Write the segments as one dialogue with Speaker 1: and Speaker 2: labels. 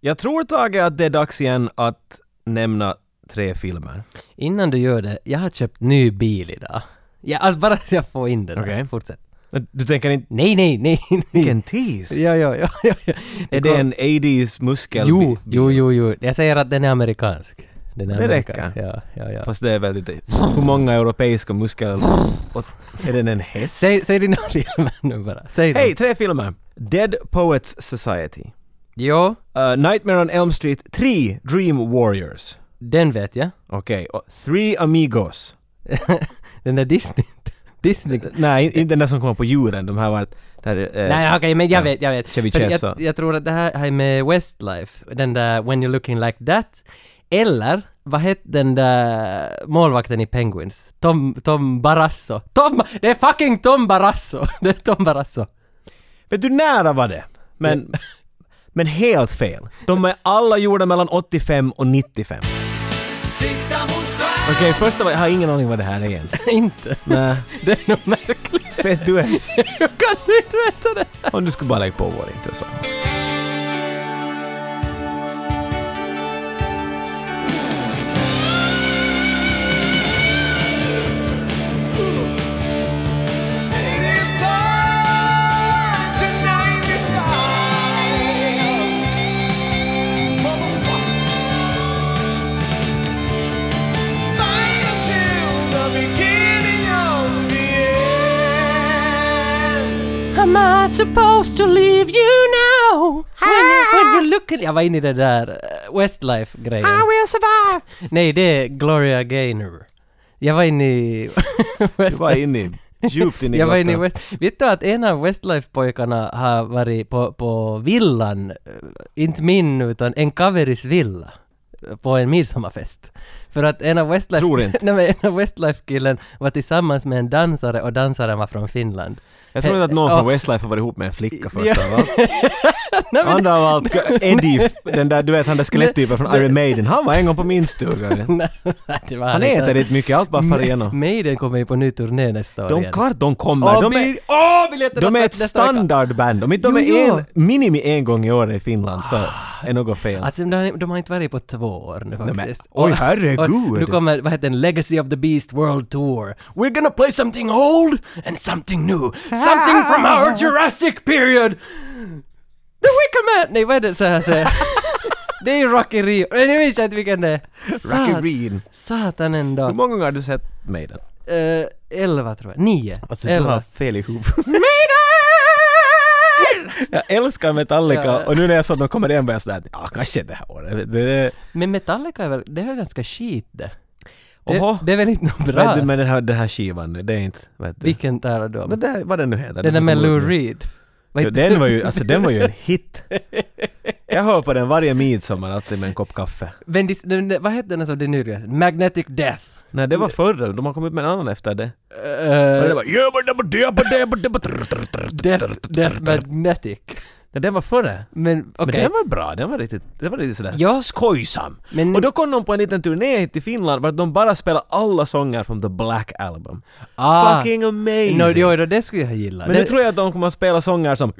Speaker 1: Jag tror Tage att det är dags igen att nämna tre filmer.
Speaker 2: Innan du gör det, jag har köpt ny bil idag. Ja, alltså bara att jag får in det där.
Speaker 1: Okej.
Speaker 2: Fortsätt.
Speaker 1: Du tänker inte...
Speaker 2: Nej, nej, nej, nej.
Speaker 1: Vilken tease!
Speaker 2: Ja, ja, ja, ja, ja.
Speaker 1: Är det en 80s muskelbil?
Speaker 2: Jo, jo, jo, jo. Jag säger att den är amerikansk. Den är
Speaker 1: Det
Speaker 2: amerikansk.
Speaker 1: räcker.
Speaker 2: Ja, ja, ja.
Speaker 1: Fast det är väl lite... Hur många europeiska muskel... Och, är den en häst?
Speaker 2: Säg, säg dina filmer nu bara. Säg dem.
Speaker 1: Hej, tre filmer! Dead Poets Society.
Speaker 2: Jo,
Speaker 1: Uh, Nightmare on Elm Street 3, Dream Warriors.
Speaker 2: den vet jag.
Speaker 1: Okej, och Three Amigos.
Speaker 2: den där Disney. Disney.
Speaker 1: Nej, inte den där som kommer på julen. De här var... Där, eh,
Speaker 2: Nej, okej, men jag
Speaker 1: ja.
Speaker 2: vet, jag vet.
Speaker 1: Chevy
Speaker 2: För
Speaker 1: Chase
Speaker 2: jag,
Speaker 1: och-
Speaker 2: jag tror att det här här är med Westlife, den där When You're Looking Like That, eller vad hette den där målvakten i Penguins? Tom, Tom Barrasso. Tom, det är fucking Tom Barrasso! Det är Tom Barrasso.
Speaker 1: Vet du, nära var det. Men... men helt fel. De är alla gjorda mellan 85 och 95. Okej, första var... Jag har ingen aning vad det här är igen.
Speaker 2: inte.
Speaker 1: Nej,
Speaker 2: Det är nog märkligt.
Speaker 1: vet du ens?
Speaker 2: Jag kan inte veta det.
Speaker 1: Om du skulle bara lägga på vår intressant.
Speaker 2: Am I supposed to leave you now? When you, when you look at... Jag var inne i det där eh, Westlife-grejen. I will survive! Nej, det är Gloria Gaynor. Jag var inne i...
Speaker 1: Du var inne i... Djupt inne i
Speaker 2: Jag var inne i
Speaker 1: grottan.
Speaker 2: West... Vet du att en av Westlife-pojkarna har varit på, på villan, eh, inte min utan en kaveris villa, eh, på en midsommarfest. För att en av Westlife...
Speaker 1: Tror inte.
Speaker 2: Nej, men en av Westlife-killen var tillsammans med en dansare och dansaren var från Finland.
Speaker 1: Jag tror inte att någon från
Speaker 2: Ja.
Speaker 1: Westlife har varit ihop med en flicka först
Speaker 2: Ja.
Speaker 1: av allt. Andra av allt, Eddie, den där, du vet han där skeletttypen från Iron Maiden, han var en gång på min stuga.
Speaker 2: Nej, det var
Speaker 1: Han
Speaker 2: inte.
Speaker 1: äter inte mycket, allt bara far igenom.
Speaker 2: Maiden kommer ju på ny turné nästa år
Speaker 1: De
Speaker 2: igen.
Speaker 1: klart de kommer,
Speaker 2: Åh,
Speaker 1: de är,
Speaker 2: bil- åh, biljetterna
Speaker 1: de är ett
Speaker 2: släpps nästa vecka.
Speaker 1: standardband. Om inte de
Speaker 2: Jo,
Speaker 1: är
Speaker 2: jo.
Speaker 1: en, minimi en gång i år i Finland så är något fel.
Speaker 2: Alltså de, de har inte varit på två år nu
Speaker 1: men-
Speaker 2: faktiskt.
Speaker 1: oj,
Speaker 2: Och-
Speaker 1: herregud.
Speaker 2: och Nu kommer, vad heter den, Legacy of the Beast World Tour. We're gonna play something old and something new. Something from our Jurassic period. The Wicker Man! Nej vad är det så här säger? Det är ju Rocky Rio. Men jag minns inte vilken det är.
Speaker 1: Rocky
Speaker 2: Sat-
Speaker 1: Reed.
Speaker 2: Satan
Speaker 1: Hur
Speaker 2: ändå.
Speaker 1: många gånger har du sett Maiden?
Speaker 2: Uh, elva tror jag. Nio.
Speaker 1: Alltså du har
Speaker 2: elva.
Speaker 1: fel i huvudet. Jag älskar Metallica
Speaker 2: Ja.
Speaker 1: och nu när jag sa att de kommer igen var jag sådär, ja kanske det här året. Det,
Speaker 2: Men Metallica är väl, det är väl ganska skit det.
Speaker 1: Oho.
Speaker 2: Det, det är väl inte något bra?
Speaker 1: vet du, men den här, den här skivan nu, det är inte... Vet du.
Speaker 2: Vilken talar du om?
Speaker 1: Men det, vad den nu heter.
Speaker 2: Den där
Speaker 1: som
Speaker 2: med
Speaker 1: kommer ut
Speaker 2: Lou
Speaker 1: nu.
Speaker 2: Reed. Vad
Speaker 1: Jo,
Speaker 2: heter
Speaker 1: den var ju, alltså den var ju en hit. Jag hör på den varje midsommar, alltid med en kopp kaffe.
Speaker 2: Men dis- den- den- vad hette den som det nyligen? Magnetic Death.
Speaker 1: Nej, det var förr, de har kommit med en annan efter det.
Speaker 2: Eh,
Speaker 1: Men det var-
Speaker 2: Death, Death Magnetic.
Speaker 1: Nej, den var före.
Speaker 2: Men
Speaker 1: Men
Speaker 2: okej.
Speaker 1: den var bra, den var riktigt, den var riktigt sådär
Speaker 2: Ja.
Speaker 1: skojsam.
Speaker 2: Men-
Speaker 1: Och då kom de på en liten turné hit till Finland vart de bara spelade alla sånger från The Black Album.
Speaker 2: Ah.
Speaker 1: Fucking amazing!
Speaker 2: No, jo, då, det skulle jag ha gillat.
Speaker 1: Men nu
Speaker 2: Det-
Speaker 1: tror jag att de kommer att spela sånger som...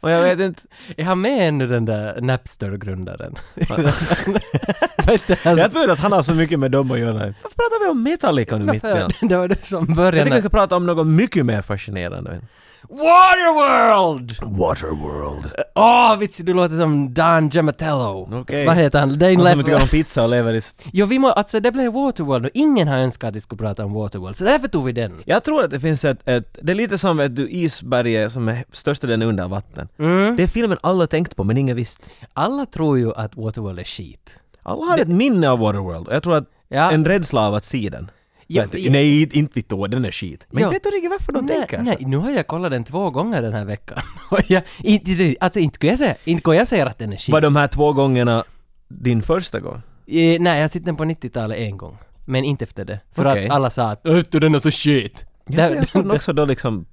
Speaker 1: Och jag vet inte...
Speaker 2: Är han med ännu den där Napster-grundaren? Vad heter han?
Speaker 1: Jag tror inte att han har så mycket med dem att göra. Varför pratar vi om Metallica nu mitt i allt?
Speaker 2: För- Det var det som
Speaker 1: Jag
Speaker 2: började.
Speaker 1: tycker vi ska prata om något mycket mer fascinerande.
Speaker 2: Waterworld!
Speaker 1: Waterworld.
Speaker 2: Åh, vits, du låter som Don Giamatello.
Speaker 1: Okej.
Speaker 2: Vad heter han? Dane
Speaker 1: Han som tycker
Speaker 2: Leffler.
Speaker 1: om pizza och lever i... st-
Speaker 2: Jo, vi må, alltså det blev Waterworld och ingen har önskat att vi skulle prata om Waterworld, så därför tog vi den.
Speaker 1: Jag tror att det finns ett, ett det är lite som vet du, isberget som är största delen under vatten. Det är filmen alla tänkt på men ingen visst.
Speaker 2: Alla tror ju att Waterworld är skit.
Speaker 1: Alla har ett minne av Waterworld och jag tror att
Speaker 2: Ja.
Speaker 1: en rädsla av att se den.
Speaker 2: Ja,
Speaker 1: Vet du,
Speaker 2: ja.
Speaker 1: nej, inte- inte vet du, den är skit. Men
Speaker 2: Ja.
Speaker 1: jag vet inte riktigt varför de
Speaker 2: Nej,
Speaker 1: tänker
Speaker 2: nej, nu har jag kollat den två gånger den här veckan. Och jag, inte, det- alltså inte kan jag säga, inte kan jag säga att den är
Speaker 1: så.
Speaker 2: skit.
Speaker 1: Var de här två gångerna din första gång?
Speaker 2: Eh, nej, jag har sett den på 90-talet en gång. Men inte efter det. För
Speaker 1: Okej.
Speaker 2: att alla sa att "Vet du, den är så shit.
Speaker 1: Jag
Speaker 2: Där-
Speaker 1: tror jag såg den också då liksom,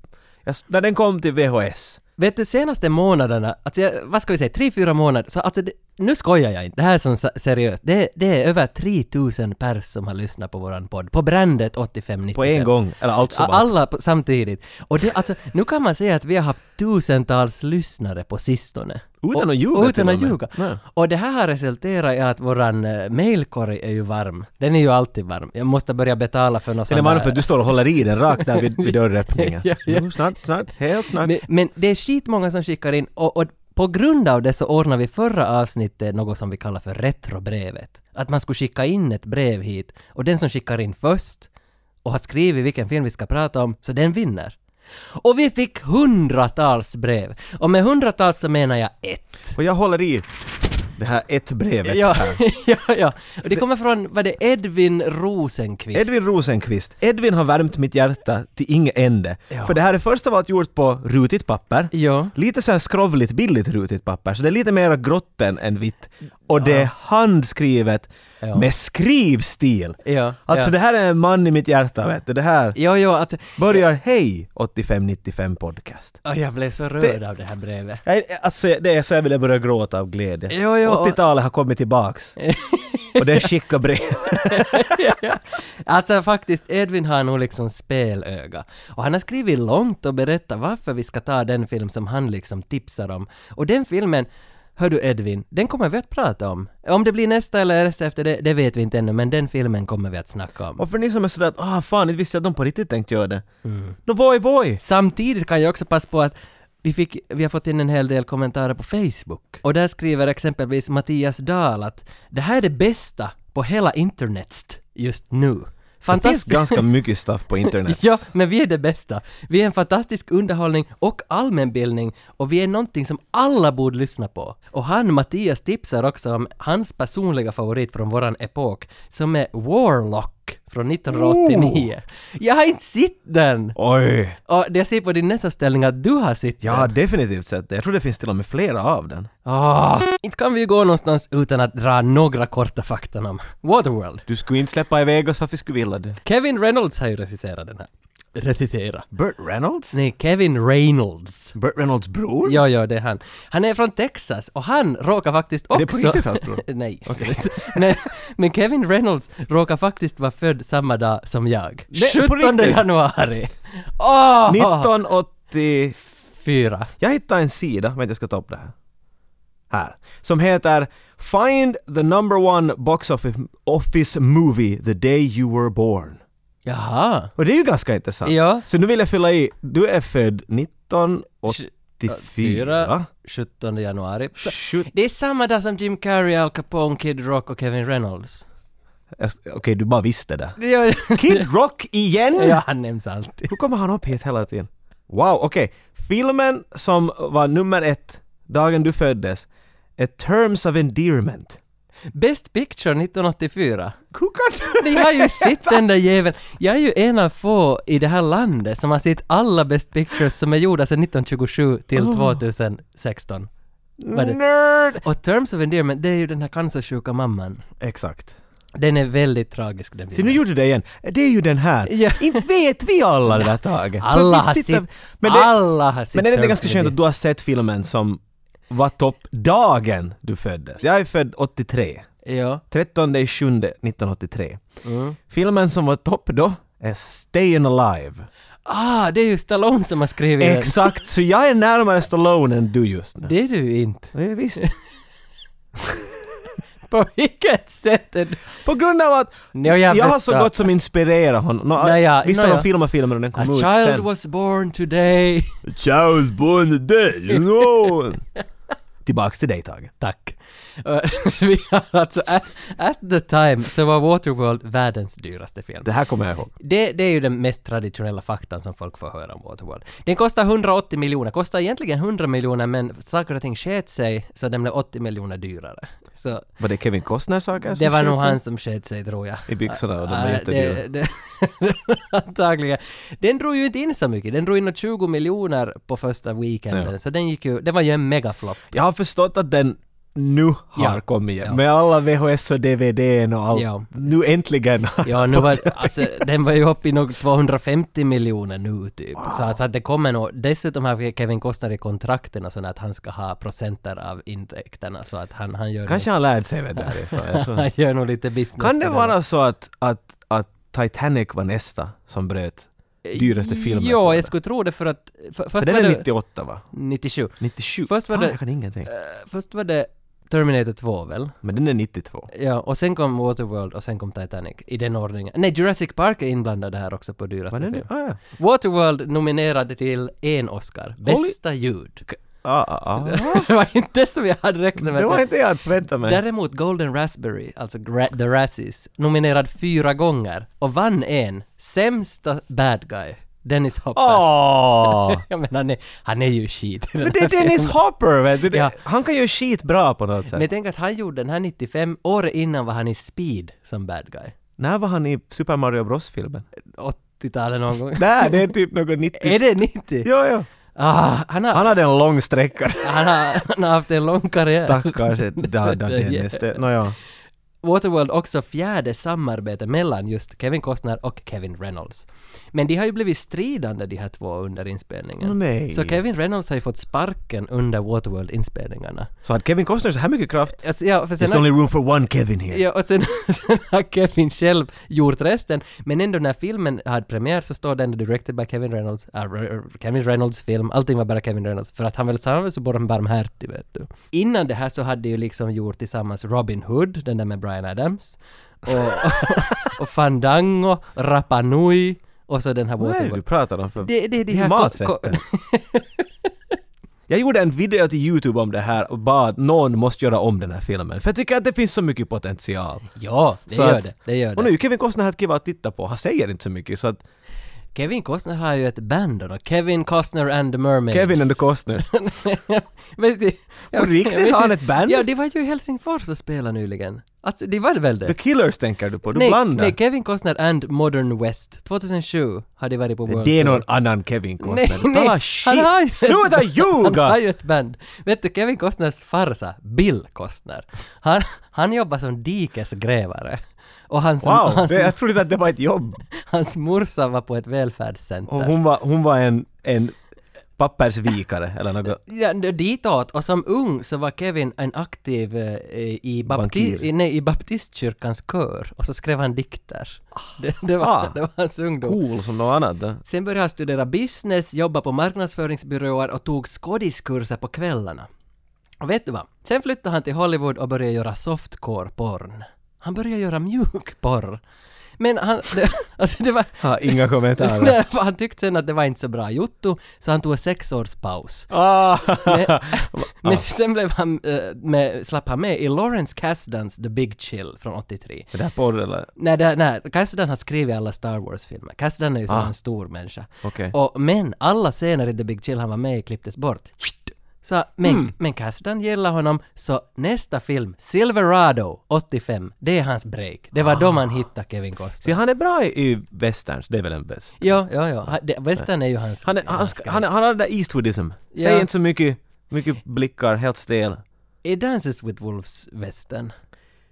Speaker 1: jag, s- när den kom till VHS.
Speaker 2: Vet du, senaste månaderna, alltså jag, vad ska vi säga, tre, fyra månader, så alltså det, nu skojar jag inte. Det här är som sa- seriöst. Det, det är över 3000 pers som har lyssnat på våran podd. På brandet 85
Speaker 1: På en gång, eller alltså bara.
Speaker 2: Alla på, samtidigt. Och det, alltså, nu kan man säga att vi har haft tusentals lyssnare på sistone.
Speaker 1: Utan
Speaker 2: Och-
Speaker 1: att ljuga
Speaker 2: och
Speaker 1: till
Speaker 2: Utan
Speaker 1: och
Speaker 2: att
Speaker 1: med.
Speaker 2: ljuga.
Speaker 1: Nej.
Speaker 2: Och det här har resulterat i att våran eh, mailkorg är ju varm. Den är ju alltid varm. Jag måste börja betala för något
Speaker 1: Sen är man för att du står och håller i den rakt där vid, vid dörröppningen.
Speaker 2: Ja, ja.
Speaker 1: Nu, snart, snart, helt snart.
Speaker 2: men, men det är skitmånga som skickar in och, och på grund av det så ordnar vi förra avsnittet något som vi kallar för retrobrevet. Att man skulle skicka in ett brev hit och den som skickar in först och har skrivit vilken film vi ska prata om, så den vinner. Och vi fick hundratals brev. Och med hundratals så menar jag ett.
Speaker 1: Och jag håller i det här ett brevet
Speaker 2: Ja,
Speaker 1: här.
Speaker 2: ja, ja. Och det kommer från, vad det Edvin Rosenqvist?
Speaker 1: Edvin Rosenqvist. Edvin har värmt mitt hjärta till ingen ände.
Speaker 2: Ja.
Speaker 1: För det här är först av allt gjort på rutigt papper.
Speaker 2: Ja.
Speaker 1: Lite så här skrovligt billigt rutigt papper, så det är lite mer grått än- än vitt. Och det är handskrivet
Speaker 2: Ja.
Speaker 1: med skrivstil.
Speaker 2: Ja.
Speaker 1: Alltså
Speaker 2: ja.
Speaker 1: det här är en man i mitt hjärta vet du. Det här
Speaker 2: Ja, ja, alltså.
Speaker 1: börjar Hej 8595 podcast.
Speaker 2: Åh, jag blev så rörd av det här brevet.
Speaker 1: Jag, alltså det är så jag ville börja gråta av glädje.
Speaker 2: Jo, jo, och-
Speaker 1: 80-talet har kommit tillbaks. och det skickar brev.
Speaker 2: Alltså faktiskt, Edvin har nog liksom spelöga. Och han har skrivit långt och berättat varför vi ska ta den film som han liksom tipsar om. Och den filmen, hör du Edvin, den kommer vi att prata om. Om det blir nästa eller nästa efter det, det vet vi inte ännu, men den filmen kommer vi att snacka om.
Speaker 1: Och för ni som är sådär att ah fan, inte visste jag att de på riktigt tänkte göra det. Nå voi voi!
Speaker 2: Samtidigt kan jag också passa på att vi, fick, vi har fått in en hel del kommentarer på Facebook. Och där skriver exempelvis Mattias Dahl att det här är det bästa på hela internetst just nu.
Speaker 1: Det finns
Speaker 2: Fantastiskt.
Speaker 1: ganska mycket stuff på internet.
Speaker 2: Ja, men vi är det bästa. Vi är en fantastisk underhållning och allmänbildning och vi är någonting som alla borde lyssna på. Och han, Mattias, tipsar också om hans personliga favorit från våran epok som är Warlock från 1989. Jag har inte sett den!
Speaker 1: Oj!
Speaker 2: Och det jag ser på din nästa ställning att du har sett
Speaker 1: Jag
Speaker 2: den.
Speaker 1: har definitivt sett det. Jag tror det finns till och med flera av den.
Speaker 2: Ah, inte kan vi ju gå någonstans utan att dra några korta fakta om Waterworld.
Speaker 1: Du skulle inte släppa iväg oss, varför skulle vi vilja det?
Speaker 2: Kevin Reynolds har ju regisserat den här. Regissera.
Speaker 1: Burt Reynolds?
Speaker 2: Nej, Kevin Reynolds.
Speaker 1: Burt Reynolds bror?
Speaker 2: Ja, ja, det är han. Han är från Texas och han råkar faktiskt
Speaker 1: det
Speaker 2: också...
Speaker 1: på riktigt hans bror?
Speaker 2: Nej. men, men Kevin Reynolds råkar faktiskt vara född samma dag som jag.
Speaker 1: Nej, på
Speaker 2: 17
Speaker 1: riktigt?
Speaker 2: januari. Åh!
Speaker 1: 1980...
Speaker 2: Fyra.
Speaker 1: Jag hittade en sida, vänta jag ska ta upp det här. Här. Som heter Find the number one box office, office movie the day you were born.
Speaker 2: Jaha.
Speaker 1: Och det är ju ganska intressant.
Speaker 2: Ja.
Speaker 1: Så nu vill jag fylla i, du är född 1984.
Speaker 2: Fyra. 17 januari. Så,
Speaker 1: Sjut-
Speaker 2: det är samma dag som Jim Carrey, Al Capone, Kid Rock och Kevin Reynolds.
Speaker 1: Jag- Okej, du bara visste det.
Speaker 2: Ja,
Speaker 1: Kid Rock igen?
Speaker 2: ja han nämns alltid.
Speaker 1: Hur kommer han upp hit hela tiden? Wow, okej. Filmen som var nummer ett dagen du föddes är Terms of Endearment.
Speaker 2: Best Picture 1984.
Speaker 1: Kukat!
Speaker 2: Ni har ju sett den där jäveln. Jag är ju en av få i det här landet som har sett alla Best Pictures som är gjorda sedan 1927 till
Speaker 1: Oh.
Speaker 2: 2016. Vad är det?
Speaker 1: Nerd!
Speaker 2: Och Terms of Endearment, det är ju den här cancersjuka mamman.
Speaker 1: Exakt.
Speaker 2: Den är väldigt tragisk den
Speaker 1: Se, nu
Speaker 2: filmen.
Speaker 1: gjorde du det igen. Det är ju den här.
Speaker 2: Ja.
Speaker 1: Inte vet vi alla det där taget.
Speaker 2: Alla
Speaker 1: För vi
Speaker 2: har
Speaker 1: sitter-
Speaker 2: sett,
Speaker 1: Men det,
Speaker 2: alla har sett
Speaker 1: men är det inte
Speaker 2: Terms
Speaker 1: ganska
Speaker 2: of
Speaker 1: skönt att
Speaker 2: Endearment.
Speaker 1: du har sett filmen som var topp dagen du föddes? Jag är född 83.
Speaker 2: Ja.
Speaker 1: 13 i 7 1983.
Speaker 2: Mm.
Speaker 1: Filmen som var topp då är Stayin' Alive.
Speaker 2: Ah, det är ju Stallone som har skrivit
Speaker 1: Exakt, så jag är närmare Stallone än du just nu.
Speaker 2: den. Det är du inte.
Speaker 1: Ja, visst.
Speaker 2: På vilket sätt är du...
Speaker 1: På grund av att
Speaker 2: Nå,
Speaker 1: jag,
Speaker 2: jag
Speaker 1: har så
Speaker 2: förstår.
Speaker 1: gott som inspirerat honom. Nå,
Speaker 2: Nåja,
Speaker 1: visst har de
Speaker 2: nåja.
Speaker 1: filmat filmen och den kom
Speaker 2: A
Speaker 1: ut
Speaker 2: child
Speaker 1: sen.
Speaker 2: was born today.
Speaker 1: A child was born today, you know. Tillbaks till dig Tage.
Speaker 2: Tack. Eh, Vi har alltså, at, at the time så var Waterworld världens dyraste film.
Speaker 1: Det här kommer jag ihåg.
Speaker 2: Det, det är ju den mest traditionella faktan som folk får höra om Waterworld. Den kostar 180 miljoner, kostar egentligen 100 miljoner men saker och ting sket sig så den blev 80 miljoner dyrare. Så
Speaker 1: Var det Kevin Costner saker som
Speaker 2: det var
Speaker 1: sköts
Speaker 2: nog
Speaker 1: in?
Speaker 2: han som sket sig tror jag.
Speaker 1: I byxorna och de var
Speaker 2: Nej,
Speaker 1: jättedyra.
Speaker 2: det- det- Antagligen. Den drog ju inte in så mycket, den drog in nog 20 miljoner på första weekenden så den gick ju, det var ju en megaflopp.
Speaker 1: Jag har förstått att den nu har
Speaker 2: Ja.
Speaker 1: kommit igen.
Speaker 2: Ja.
Speaker 1: Med alla VHS och DVDn och allt.
Speaker 2: Ja.
Speaker 1: Nu äntligen har
Speaker 2: Ja,
Speaker 1: jag
Speaker 2: nu
Speaker 1: fått
Speaker 2: var,
Speaker 1: se.
Speaker 2: alltså, den var ju uppe i nog 250 miljoner nu typ. Så, alltså, att det kommer nog, dessutom har Kevin Costner i kontrakten och sånt att han ska ha procenter av intäkterna så att han, han gör
Speaker 1: Kanske han lärde sig väl därifrån. jag
Speaker 2: nog,
Speaker 1: tror-
Speaker 2: han gör nog lite business.
Speaker 1: Kan det
Speaker 2: på
Speaker 1: vara så att, att, att Titanic var nästa som bröt dyraste filmen? på
Speaker 2: Eh, Ja,
Speaker 1: det?
Speaker 2: jag skulle tro det för att... För,
Speaker 1: För
Speaker 2: först
Speaker 1: den
Speaker 2: var
Speaker 1: är
Speaker 2: det...
Speaker 1: 98 va?
Speaker 2: 97.
Speaker 1: 97?
Speaker 2: Först var
Speaker 1: Fan,
Speaker 2: det-
Speaker 1: jag kan ingenting.
Speaker 2: Eh, Först var det Terminator 2 väl?
Speaker 1: Men den är 92.
Speaker 2: Ja, och sen kom Waterworld och sen kom Titanic. I den ordningen. Nej, Jurassic Park är inblandad här också på dyraste
Speaker 1: Var den det?
Speaker 2: film.
Speaker 1: Ah, ja.
Speaker 2: Waterworld nominerade till en Oscar. Bästa ljud.
Speaker 1: Ah, ah, ah.
Speaker 2: det var inte som jag hade räknat med.
Speaker 1: Det var inte jag hade förväntat mig.
Speaker 2: Däremot Golden Raspberry, alltså Gra- The Razzies, nominerad fyra gånger och vann en. Sämsta bad guy, Dennis Hopper.
Speaker 1: Åh!
Speaker 2: Jag menar, han är, han är ju shit. i den
Speaker 1: Men det
Speaker 2: här
Speaker 1: är Dennis
Speaker 2: filmen.
Speaker 1: Hopper! Vet du? Det-
Speaker 2: Ja.
Speaker 1: Han kan ju skit bra på något sätt.
Speaker 2: Men tänk att han gjorde den här 95, året innan var han i Speed som bad guy.
Speaker 1: När var han i Super Mario Bros-filmen?
Speaker 2: 80-talet någon gång.
Speaker 1: Nej, det är typ något 90.
Speaker 2: är det 90?
Speaker 1: Jo, jo.
Speaker 2: Ah, han, har,
Speaker 1: Han hade en lång sträcka.
Speaker 2: han, har, han har haft en lång karriär.
Speaker 1: Stackars da, da, Dennis.
Speaker 2: Ja.
Speaker 1: Det, nåja.
Speaker 2: Waterworld också fjärde samarbete mellan just Kevin Costner och Kevin Reynolds. Men de har ju blivit stridande de här två under inspelningen.
Speaker 1: Åh, nej.
Speaker 2: Så Kevin Reynolds har ju fått sparken under Waterworld-inspelningarna.
Speaker 1: Så hade Kevin Costner så här mycket kraft?
Speaker 2: Alltså, ja, för sen
Speaker 1: There's only room for one Kevin here.
Speaker 2: Ja, och sen, sen har Kevin själv gjort resten, men ändå när filmen hade premiär så står den directed by Kevin Reynolds, äh, Re- Re- Kevin Reynolds film, allting var bara Kevin Reynolds, för att han väl sa så bara en barmhärtig vet du. Innan det här så hade de ju liksom gjort tillsammans Robin Hood, den där med Bryan Adams, och, och, och Fandango, Rapa Nui, och så den här
Speaker 1: Vad är det du
Speaker 2: Waterworld.
Speaker 1: pratar om för
Speaker 2: Det, det är de här... ko- ko-
Speaker 1: maträtter? Jag gjorde en video till Youtube om det här och bad någon måste göra om den här filmen. För jag tycker att det finns så mycket potential.
Speaker 2: ja, det
Speaker 1: Så
Speaker 2: gör
Speaker 1: att-
Speaker 2: det. Det gör det.
Speaker 1: Och nu är ju Kevin Costner här kul att titta på. Han säger inte så mycket så att
Speaker 2: Kevin Costner har ju ett band då, Kevin Costner and the Mermaids.
Speaker 1: Kevin and the Costner.
Speaker 2: Men det- jag-
Speaker 1: riktigt?
Speaker 2: jag vet
Speaker 1: Har han
Speaker 2: inte.
Speaker 1: ett band?
Speaker 2: Ja, det var ju i Helsingfors och spelade nyligen. Alltså, det var det väl
Speaker 1: The
Speaker 2: det?
Speaker 1: Killers tänker du på? Du
Speaker 2: nej,
Speaker 1: blandar.
Speaker 2: nej, Kevin Costner and Modern West. 2007 hade varit på World
Speaker 1: det är
Speaker 2: Tour.
Speaker 1: någon annan Kevin Costner.
Speaker 2: Nej, nej.
Speaker 1: Tala
Speaker 2: Han har ju-
Speaker 1: shit! Sluta
Speaker 2: Han har
Speaker 1: ljuga!
Speaker 2: ju ett band. Vet du, Kevin Costners farsa, Bill Costner, han, han jobbar som dikesgrävare. Och hans,
Speaker 1: Wow,
Speaker 2: hans,
Speaker 1: det, jag trodde att det var ett jobb.
Speaker 2: hans morsa var på ett välfärdscenter.
Speaker 1: Och hon var, hon var en, en pappersvikare eller något.
Speaker 2: Ja, d- ditåt. Och som ung så var Kevin en aktiv eh, i, bapti-
Speaker 1: Bankir.
Speaker 2: i, nej, i baptistkyrkans kör. Och så skrev han dikter. Det, det, var,
Speaker 1: Ah.
Speaker 2: det var hans ungdom.
Speaker 1: Cool som något annat. då.
Speaker 2: Sen började han studera business, jobba på marknadsföringsbyråer och tog skådiskurser på kvällarna. Och vet du vad? Sen flyttade han till Hollywood och började göra softcore-porn. Han började göra mjukporr. Men han... Det, alltså det var...
Speaker 1: Ha, inga kommentarer.
Speaker 2: Nej, för han tyckte sen att det var inte så bra gjort så han tog en sexårspaus.
Speaker 1: Ah.
Speaker 2: Men- Men sen blev han, eh, med, slapp han med i Lawrence Kasdans The Big Chill från 83.
Speaker 1: Det där porr eller?
Speaker 2: Nej, det, nej, Kasdan har skrivit alla Star Wars-filmer. Kasdan är ju som
Speaker 1: Ah.
Speaker 2: en stor människa.
Speaker 1: Okej.
Speaker 2: Och, men alla scener i The Big Chill han var med i klipptes bort. Så, men,
Speaker 1: Mm.
Speaker 2: men Kasdan gillar honom, så nästa film, Silverado 85, det är hans break. Det var då
Speaker 1: Ah.
Speaker 2: man hittade Kevin
Speaker 1: Se,
Speaker 2: Costner.
Speaker 1: han är bra i i westerns, det är väl en bäst.
Speaker 2: Ja, ja, ja. Ha- det- Western är ju hans...
Speaker 1: Han, är, han,
Speaker 2: hans
Speaker 1: ska,
Speaker 2: grej.
Speaker 1: han, är- han har det där Eastwoodism. Säg
Speaker 2: Ja.
Speaker 1: inte så mycket, mycket blickar, helt stel.
Speaker 2: Är Dances with Wolves-västern?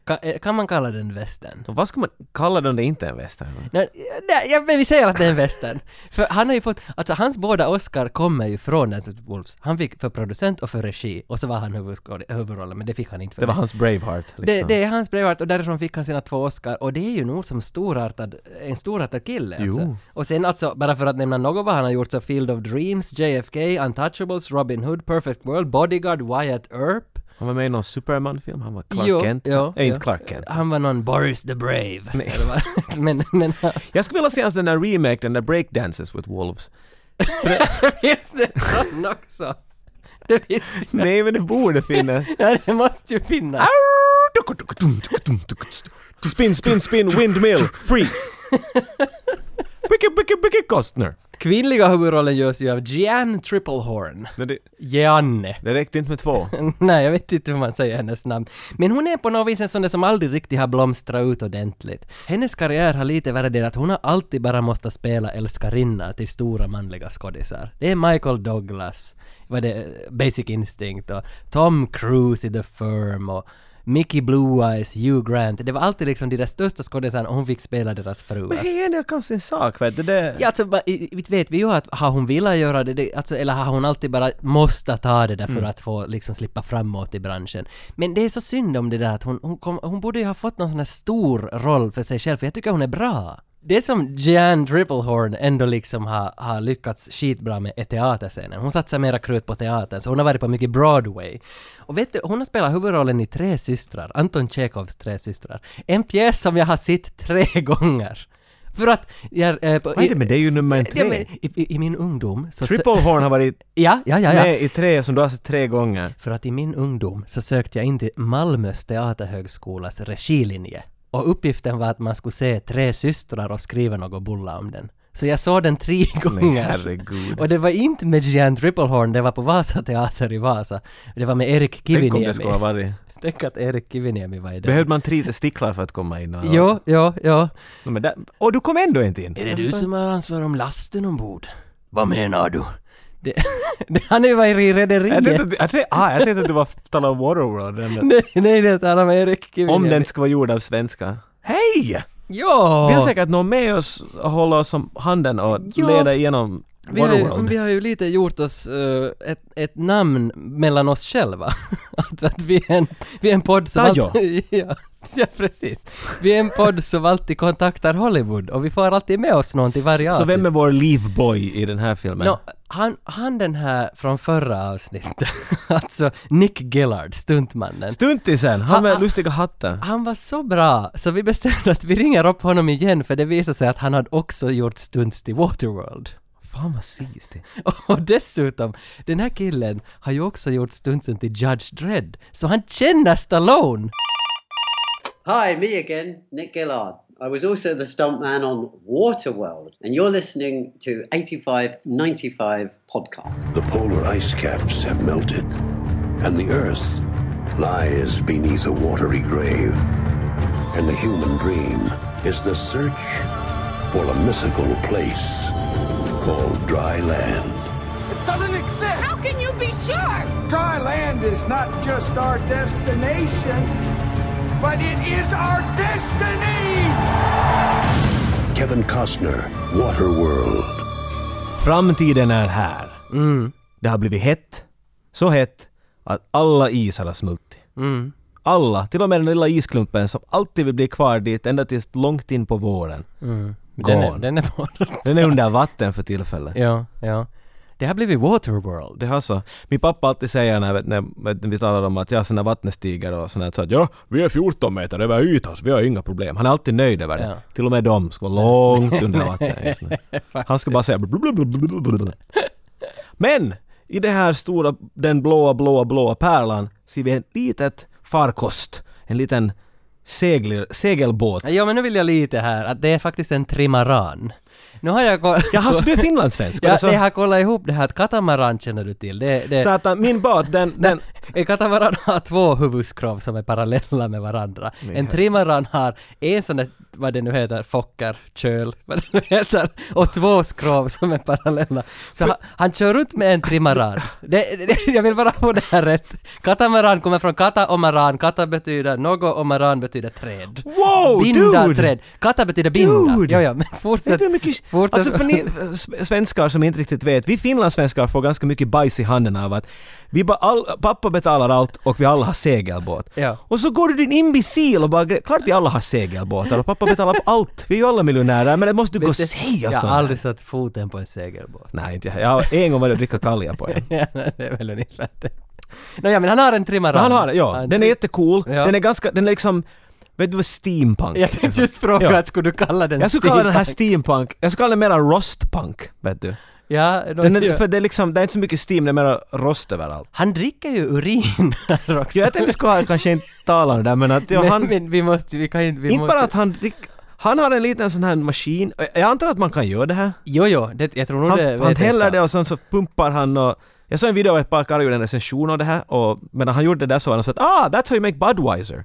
Speaker 2: Ka, eh, kan man kalla den västern?
Speaker 1: Och vad ska man kalla det om det inte är en western?
Speaker 2: Nej, nej, ja, men vi säger att det är en western. för han har ju fått, alltså hans båda Oscar kommer ju från Dances with Wolves. Han fick för producent och för regi och så var han huvudskåd- huvudrollen men det fick han inte för
Speaker 1: Det var
Speaker 2: mig.
Speaker 1: hans Braveheart. Liksom.
Speaker 2: det, det är hans brevart och därifrån fick han sina två Oscar och det är ju nog som storartad, en storartad kille alltså.
Speaker 1: Jo.
Speaker 2: Och sen alltså, bara för att nämna något vad han har gjort så Field of Dreams, JFK, Untouchables, Robin Hood, Perfect World, Bodyguard, Wyatt Earp.
Speaker 1: Han var med i någon Superman-film, han var Clark
Speaker 2: Jo,
Speaker 1: Kent.
Speaker 2: jo,
Speaker 1: Nej,
Speaker 2: jo.
Speaker 1: inte Clark Kent.
Speaker 2: Han var någon Boris the Brave.
Speaker 1: Nej.
Speaker 2: Eller vad? men, men,
Speaker 1: Jag skulle vilja se hans den där remake, den där Breakdances with Wolves.
Speaker 2: Finns det en sån också? Det finns ju.
Speaker 1: Nej men det borde finnas.
Speaker 2: Ja, det måste ju finnas.
Speaker 1: Spin, spin, spin, windmill, freeze! mycket, mycket, mycket kostnader.
Speaker 2: Kvinnliga huvudrollen görs ju av Jeanne Triplehorn.
Speaker 1: Men Det,
Speaker 2: Jeanne.
Speaker 1: det räckte inte med två.
Speaker 2: Nej, jag vet inte hur man säger hennes namn. Men hon är på något vis en sån där som aldrig riktigt har blomstrat ut ordentligt. Hennes karriär har lite varit det att hon har alltid bara måste spela älskarinna till stora manliga skådisar. Det är Michael Douglas, vad det Basic Instinct och Tom Cruise i The Firm och Mickey Blue Eyes, Hugh Grant. Det var alltid liksom de där största skådisarna och hon fick spela deras fruar.
Speaker 1: Men det är ändå kanske en sak, vet du. Det,
Speaker 2: Ja, alltså, ba- i- i- vet vi ju att har hon velat göra det, det alltså, eller har hon alltid bara måste ta det där för att få liksom slippa framåt i branschen. Men det är så synd om det där att hon, hon, kom, hon borde ju ha fått någon sån här stor roll för sig själv, för jag tycker hon är bra. Det som Jan Triplehorn ändå liksom har, har lyckats skitbra med är teaterscenen. Hon satsar mera krut på teatern, så hon har varit på mycket Broadway. Och vet du, hon har spelat huvudrollen i Tre systrar, Anton Tjechovs Tre systrar. En pjäs som jag har sett tre gånger. För att... Jag, eh, på,
Speaker 1: vad är det med det? är ju nummer tre.
Speaker 2: Ja, men, i, i, I min ungdom så... sö-
Speaker 1: Triplehorn har varit
Speaker 2: Ja, ja, ja. ja.
Speaker 1: med i tre som du har sett tre gånger.
Speaker 2: För att i min ungdom så sökte jag in till Malmös teaterhögskolas regilinje. Och uppgiften var att man skulle se Tre systrar och skriva något bulla om den. Så jag såg den tre
Speaker 1: Nej,
Speaker 2: gånger.
Speaker 1: herregud.
Speaker 2: Och det var inte med Jean Triplehorn, det var på Vasa teater i Vasa. Det var med Erik
Speaker 1: Tänk om det skulle ha
Speaker 2: Kiviniemi.
Speaker 1: varit.
Speaker 2: Tänk att Erik Kiviniemi var i den.
Speaker 1: Behövde man tre sticklar för att komma in? Och,
Speaker 2: Jo, jo, jo.
Speaker 1: No, men där, och du kom ändå inte in!
Speaker 2: Är det
Speaker 1: Jag
Speaker 2: du
Speaker 1: förstår.
Speaker 2: som har ansvar om lasten ombord? Vad menar du? Det, han är ju varit i
Speaker 1: Jag
Speaker 2: Rederiet.
Speaker 1: tänkte, att- jag, tänkte, ah, jag tänkte att du var talade om Waterworld. eller-
Speaker 2: Nej, nej, det talar om Erik Kiviniemi.
Speaker 1: Om den skulle vara gjord av svenskar. Hej!
Speaker 2: Ja!
Speaker 1: Vi har säkert någon med oss och hålla oss om handen och
Speaker 2: Ja.
Speaker 1: leda igenom
Speaker 2: Vi har, ju,
Speaker 1: Waterworld.
Speaker 2: vi har ju lite gjort oss eh, ett, ett namn mellan oss själva. att, att vi, är en, vi är en podd som
Speaker 1: Tajo.
Speaker 2: alltid... ja, ja, precis. Vi är en podd som alltid kontaktar Hollywood och vi får alltid med oss någon till varje
Speaker 1: Så vem
Speaker 2: avsnitt.
Speaker 1: är vår livboy i den här filmen?
Speaker 2: typ. Nå, han, han den här från förra avsnittet, alltså Nick Gillard, stuntmannen.
Speaker 1: Stuntisen! Han
Speaker 2: Ha-
Speaker 1: med
Speaker 2: ha-
Speaker 1: lustiga hatten.
Speaker 2: Han var så bra, så vi bestämde att vi ringer upp honom igen för det visade sig att han hade också gjort stunts till Waterworld.
Speaker 1: Fan vad sist det
Speaker 2: Och dessutom, den här killen har ju också gjort stunsen till Judge Dredd, så han känner Stallone!
Speaker 3: Hi, me again, Nick Gillard. I was also the stuntman on Waterworld, and you're listening to 8595 Podcast.
Speaker 4: The polar ice caps have melted, and the Earth lies beneath a watery grave. And the human dream is the search for a mythical place called dry land.
Speaker 5: doesn't exist.
Speaker 6: How can you be sure?
Speaker 7: Dry land is not just our destination, but it is our destiny!
Speaker 4: Kevin Costner, Waterworld.
Speaker 1: Framtiden är här.
Speaker 2: Mm.
Speaker 1: Det har blivit hett. Så hett att alla isar har smultit.
Speaker 2: Mm.
Speaker 1: Alla, till och med den lilla isklumpen som alltid vill bli kvar dit ända tills långt in på våren.
Speaker 2: Den är,
Speaker 1: Gone.
Speaker 2: den är borta.
Speaker 1: Den är under vatten för tillfället.
Speaker 2: Ja, ja. Det har blivit Waterworld.
Speaker 1: Det har så. Min pappa alltid säger när, när, när vi talar om att ja, så när vattnet stiger och sånt där, så att ja, vi är 14 meter över ytan så vi har inga problem. Han är alltid nöjd över det.
Speaker 2: Ja.
Speaker 1: Till och med de ska vara långt under vatten just nu. Han ska bara säga blablabla. Men! I det här stora, den blåa, blåa, blåa pärlan ser vi en litet farkost. En liten segler, segelbåt.
Speaker 2: Ja, men nu vill jag lite här, att det är faktiskt en trimaran. Nu har jag kollat...
Speaker 1: Jaha, så du är finlandssvensk? Alltså,
Speaker 2: Ja,
Speaker 1: Eller så-
Speaker 2: jag har kollat ihop det här, att katamaran känner du till. Det, det,
Speaker 1: Satan, äh, min båt den... den
Speaker 2: En katamaran har två huvudskrov som är parallella med varandra. En trimaran har en sån där, vad det nu heter, fockar, köl, vad det nu heter, och två skrov som är parallella. Så han, han kör runt med en trimaran. Det, det, jag vill bara få det här rätt. Katamaran kommer från kata och maran. Kata betyder något och maran betyder träd.
Speaker 1: Wow,
Speaker 2: binda
Speaker 1: dude!
Speaker 2: träd. Kata betyder binda.
Speaker 1: Dude!
Speaker 2: Ja, ja, men fortsätt.
Speaker 1: Det är mycket,
Speaker 2: fortsätt.
Speaker 1: alltså för ni s- svenskar som inte riktigt vet, vi finlandssvenskar får ganska mycket bajs i handen av att vi ba, all, pappa betalar allt och vi alla har segelbåt.
Speaker 2: Ja.
Speaker 1: Och så går du din imbecil och bara gre- klart vi alla har segelbåtar och pappa betalar på allt. Vi är ju alla miljonärer men det måste du gå och alltså. säga
Speaker 2: Jag har
Speaker 1: sådär.
Speaker 2: aldrig satt foten på en segelbåt.
Speaker 1: Nej inte jag. jag. En gång var det att dricka kalja på en.
Speaker 2: Ja, det är väl ungefär det. Nåja, men han har en trimaran.
Speaker 1: Han har ja.
Speaker 2: En
Speaker 1: Den är
Speaker 2: tri-
Speaker 1: jättecool.
Speaker 2: Ja.
Speaker 1: Den är ganska, den är liksom, vet du vad steampunk
Speaker 2: Jag tänkte just fråga,
Speaker 1: Ja.
Speaker 2: att skulle du kalla den
Speaker 1: Jag skulle kalla den här
Speaker 2: steampunk?
Speaker 1: steampunk, jag skulle kalla den mera rostpunk, vet du.
Speaker 2: Ja, då,
Speaker 1: Den är, för det är liksom, det är inte så mycket steam, det är mera rost överallt.
Speaker 2: Han dricker ju urin här också.
Speaker 1: Ja, jag tänkte vi skulle ha kanske inte tala om det där men att ja,
Speaker 2: men,
Speaker 1: han,
Speaker 2: men vi måste, vi kan ju inte... Vi
Speaker 1: inte
Speaker 2: måste,
Speaker 1: bara att han drick, Han har en liten sån här maskin. Jag antar att man kan göra det här.
Speaker 2: Jo, jo, det, jag tror nog
Speaker 1: Han,
Speaker 2: det är
Speaker 1: han häller
Speaker 2: vetenskap.
Speaker 1: det och sen så pumpar han och... Jag såg en video av ett par karlar gjorde en recension av det här och medan han gjorde det där så var de så att ah, that's how you make Budweiser.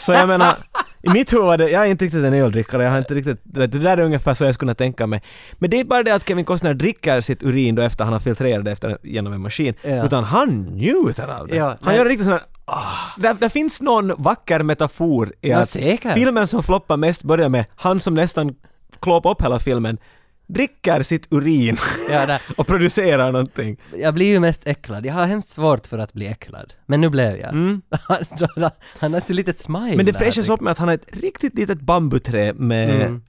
Speaker 1: så jag menar, i mitt huvud var det, jag är inte riktigt en öldrickare, jag har inte riktigt, du vet, det där är ungefär så jag skulle kunna tänka mig. Men det är bara det att Kevin Costner dricker sitt urin då efter han har filtrerat det efter, genom en maskin,
Speaker 2: Ja.
Speaker 1: utan han njuter av det.
Speaker 2: Ja,
Speaker 1: han
Speaker 2: nej.
Speaker 1: gör riktigt sån här Ah, där, där finns någon vacker metafor i
Speaker 2: Ja,
Speaker 1: att
Speaker 2: säkert.
Speaker 1: filmen som floppar mest börjar med han som nästan klåpar upp hela filmen dricker sitt urin
Speaker 2: Ja, där.
Speaker 1: och producerar någonting.
Speaker 2: Jag blir ju mest äcklad. Jag har hemskt svårt för att bli äcklad. Men nu blev jag. Han, han har ett litet smile
Speaker 1: Mm. Men det
Speaker 2: där, typ.
Speaker 1: fräschas
Speaker 2: tycker
Speaker 1: upp med att han har ett riktigt litet bambuträ med,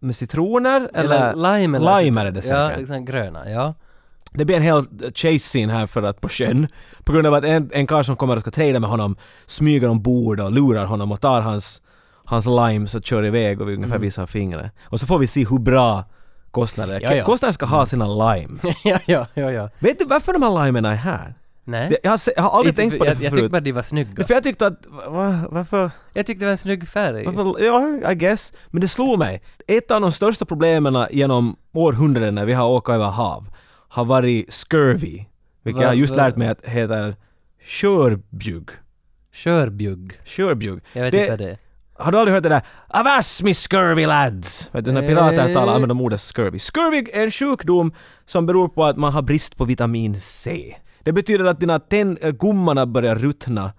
Speaker 1: med citroner
Speaker 2: jag.
Speaker 1: eller,
Speaker 2: Mm. lime
Speaker 1: limer är det
Speaker 2: Ja,
Speaker 1: säkert.
Speaker 2: liksom gröna, ja.
Speaker 1: Det blir en hel chase scene här för att på sjön. På grund av att en, en karl som kommer och ska trada med honom smyger ombord och lurar honom och tar hans, hans limes och kör iväg och vi
Speaker 2: Mm.
Speaker 1: ungefär visar fingret. Och så får vi se hur bra Costner är.
Speaker 2: Ja, ja.
Speaker 1: Costner ska ha sina limes.
Speaker 2: ja, ja, ja, ja.
Speaker 1: Vet du varför de här limerna är här?
Speaker 2: Nej.
Speaker 1: Det- Jag har, se- jag har aldrig
Speaker 2: Inte-
Speaker 1: tänkt på det
Speaker 2: Eh? jag, jag tyckte
Speaker 1: förut.
Speaker 2: bara de var snygga.
Speaker 1: För jag tyckte att, va, varför,
Speaker 2: Jag tyckte det var en snygg färg.
Speaker 1: varför, ja I guess, men det slog mig. Ett av de största problemen genom århundraden när vi har åkt över hav har varit scurvy. Vilket
Speaker 2: Va-
Speaker 1: jag har just
Speaker 2: va-
Speaker 1: lärt mig att heter körbjugg.
Speaker 2: Körbjugg.
Speaker 1: Körbjugg.
Speaker 2: Jag vet
Speaker 1: Det-
Speaker 2: inte vad det är.
Speaker 1: Har du aldrig hört det där ”Avas me scurvy lads”? Vet du, när pirater
Speaker 2: Eh.
Speaker 1: talar använder de ordet scurvy. Scurvy är en sjukdom som beror på att man har brist på vitamin C. Det betyder att dina tenn, äh, gommarna börjar ruttna.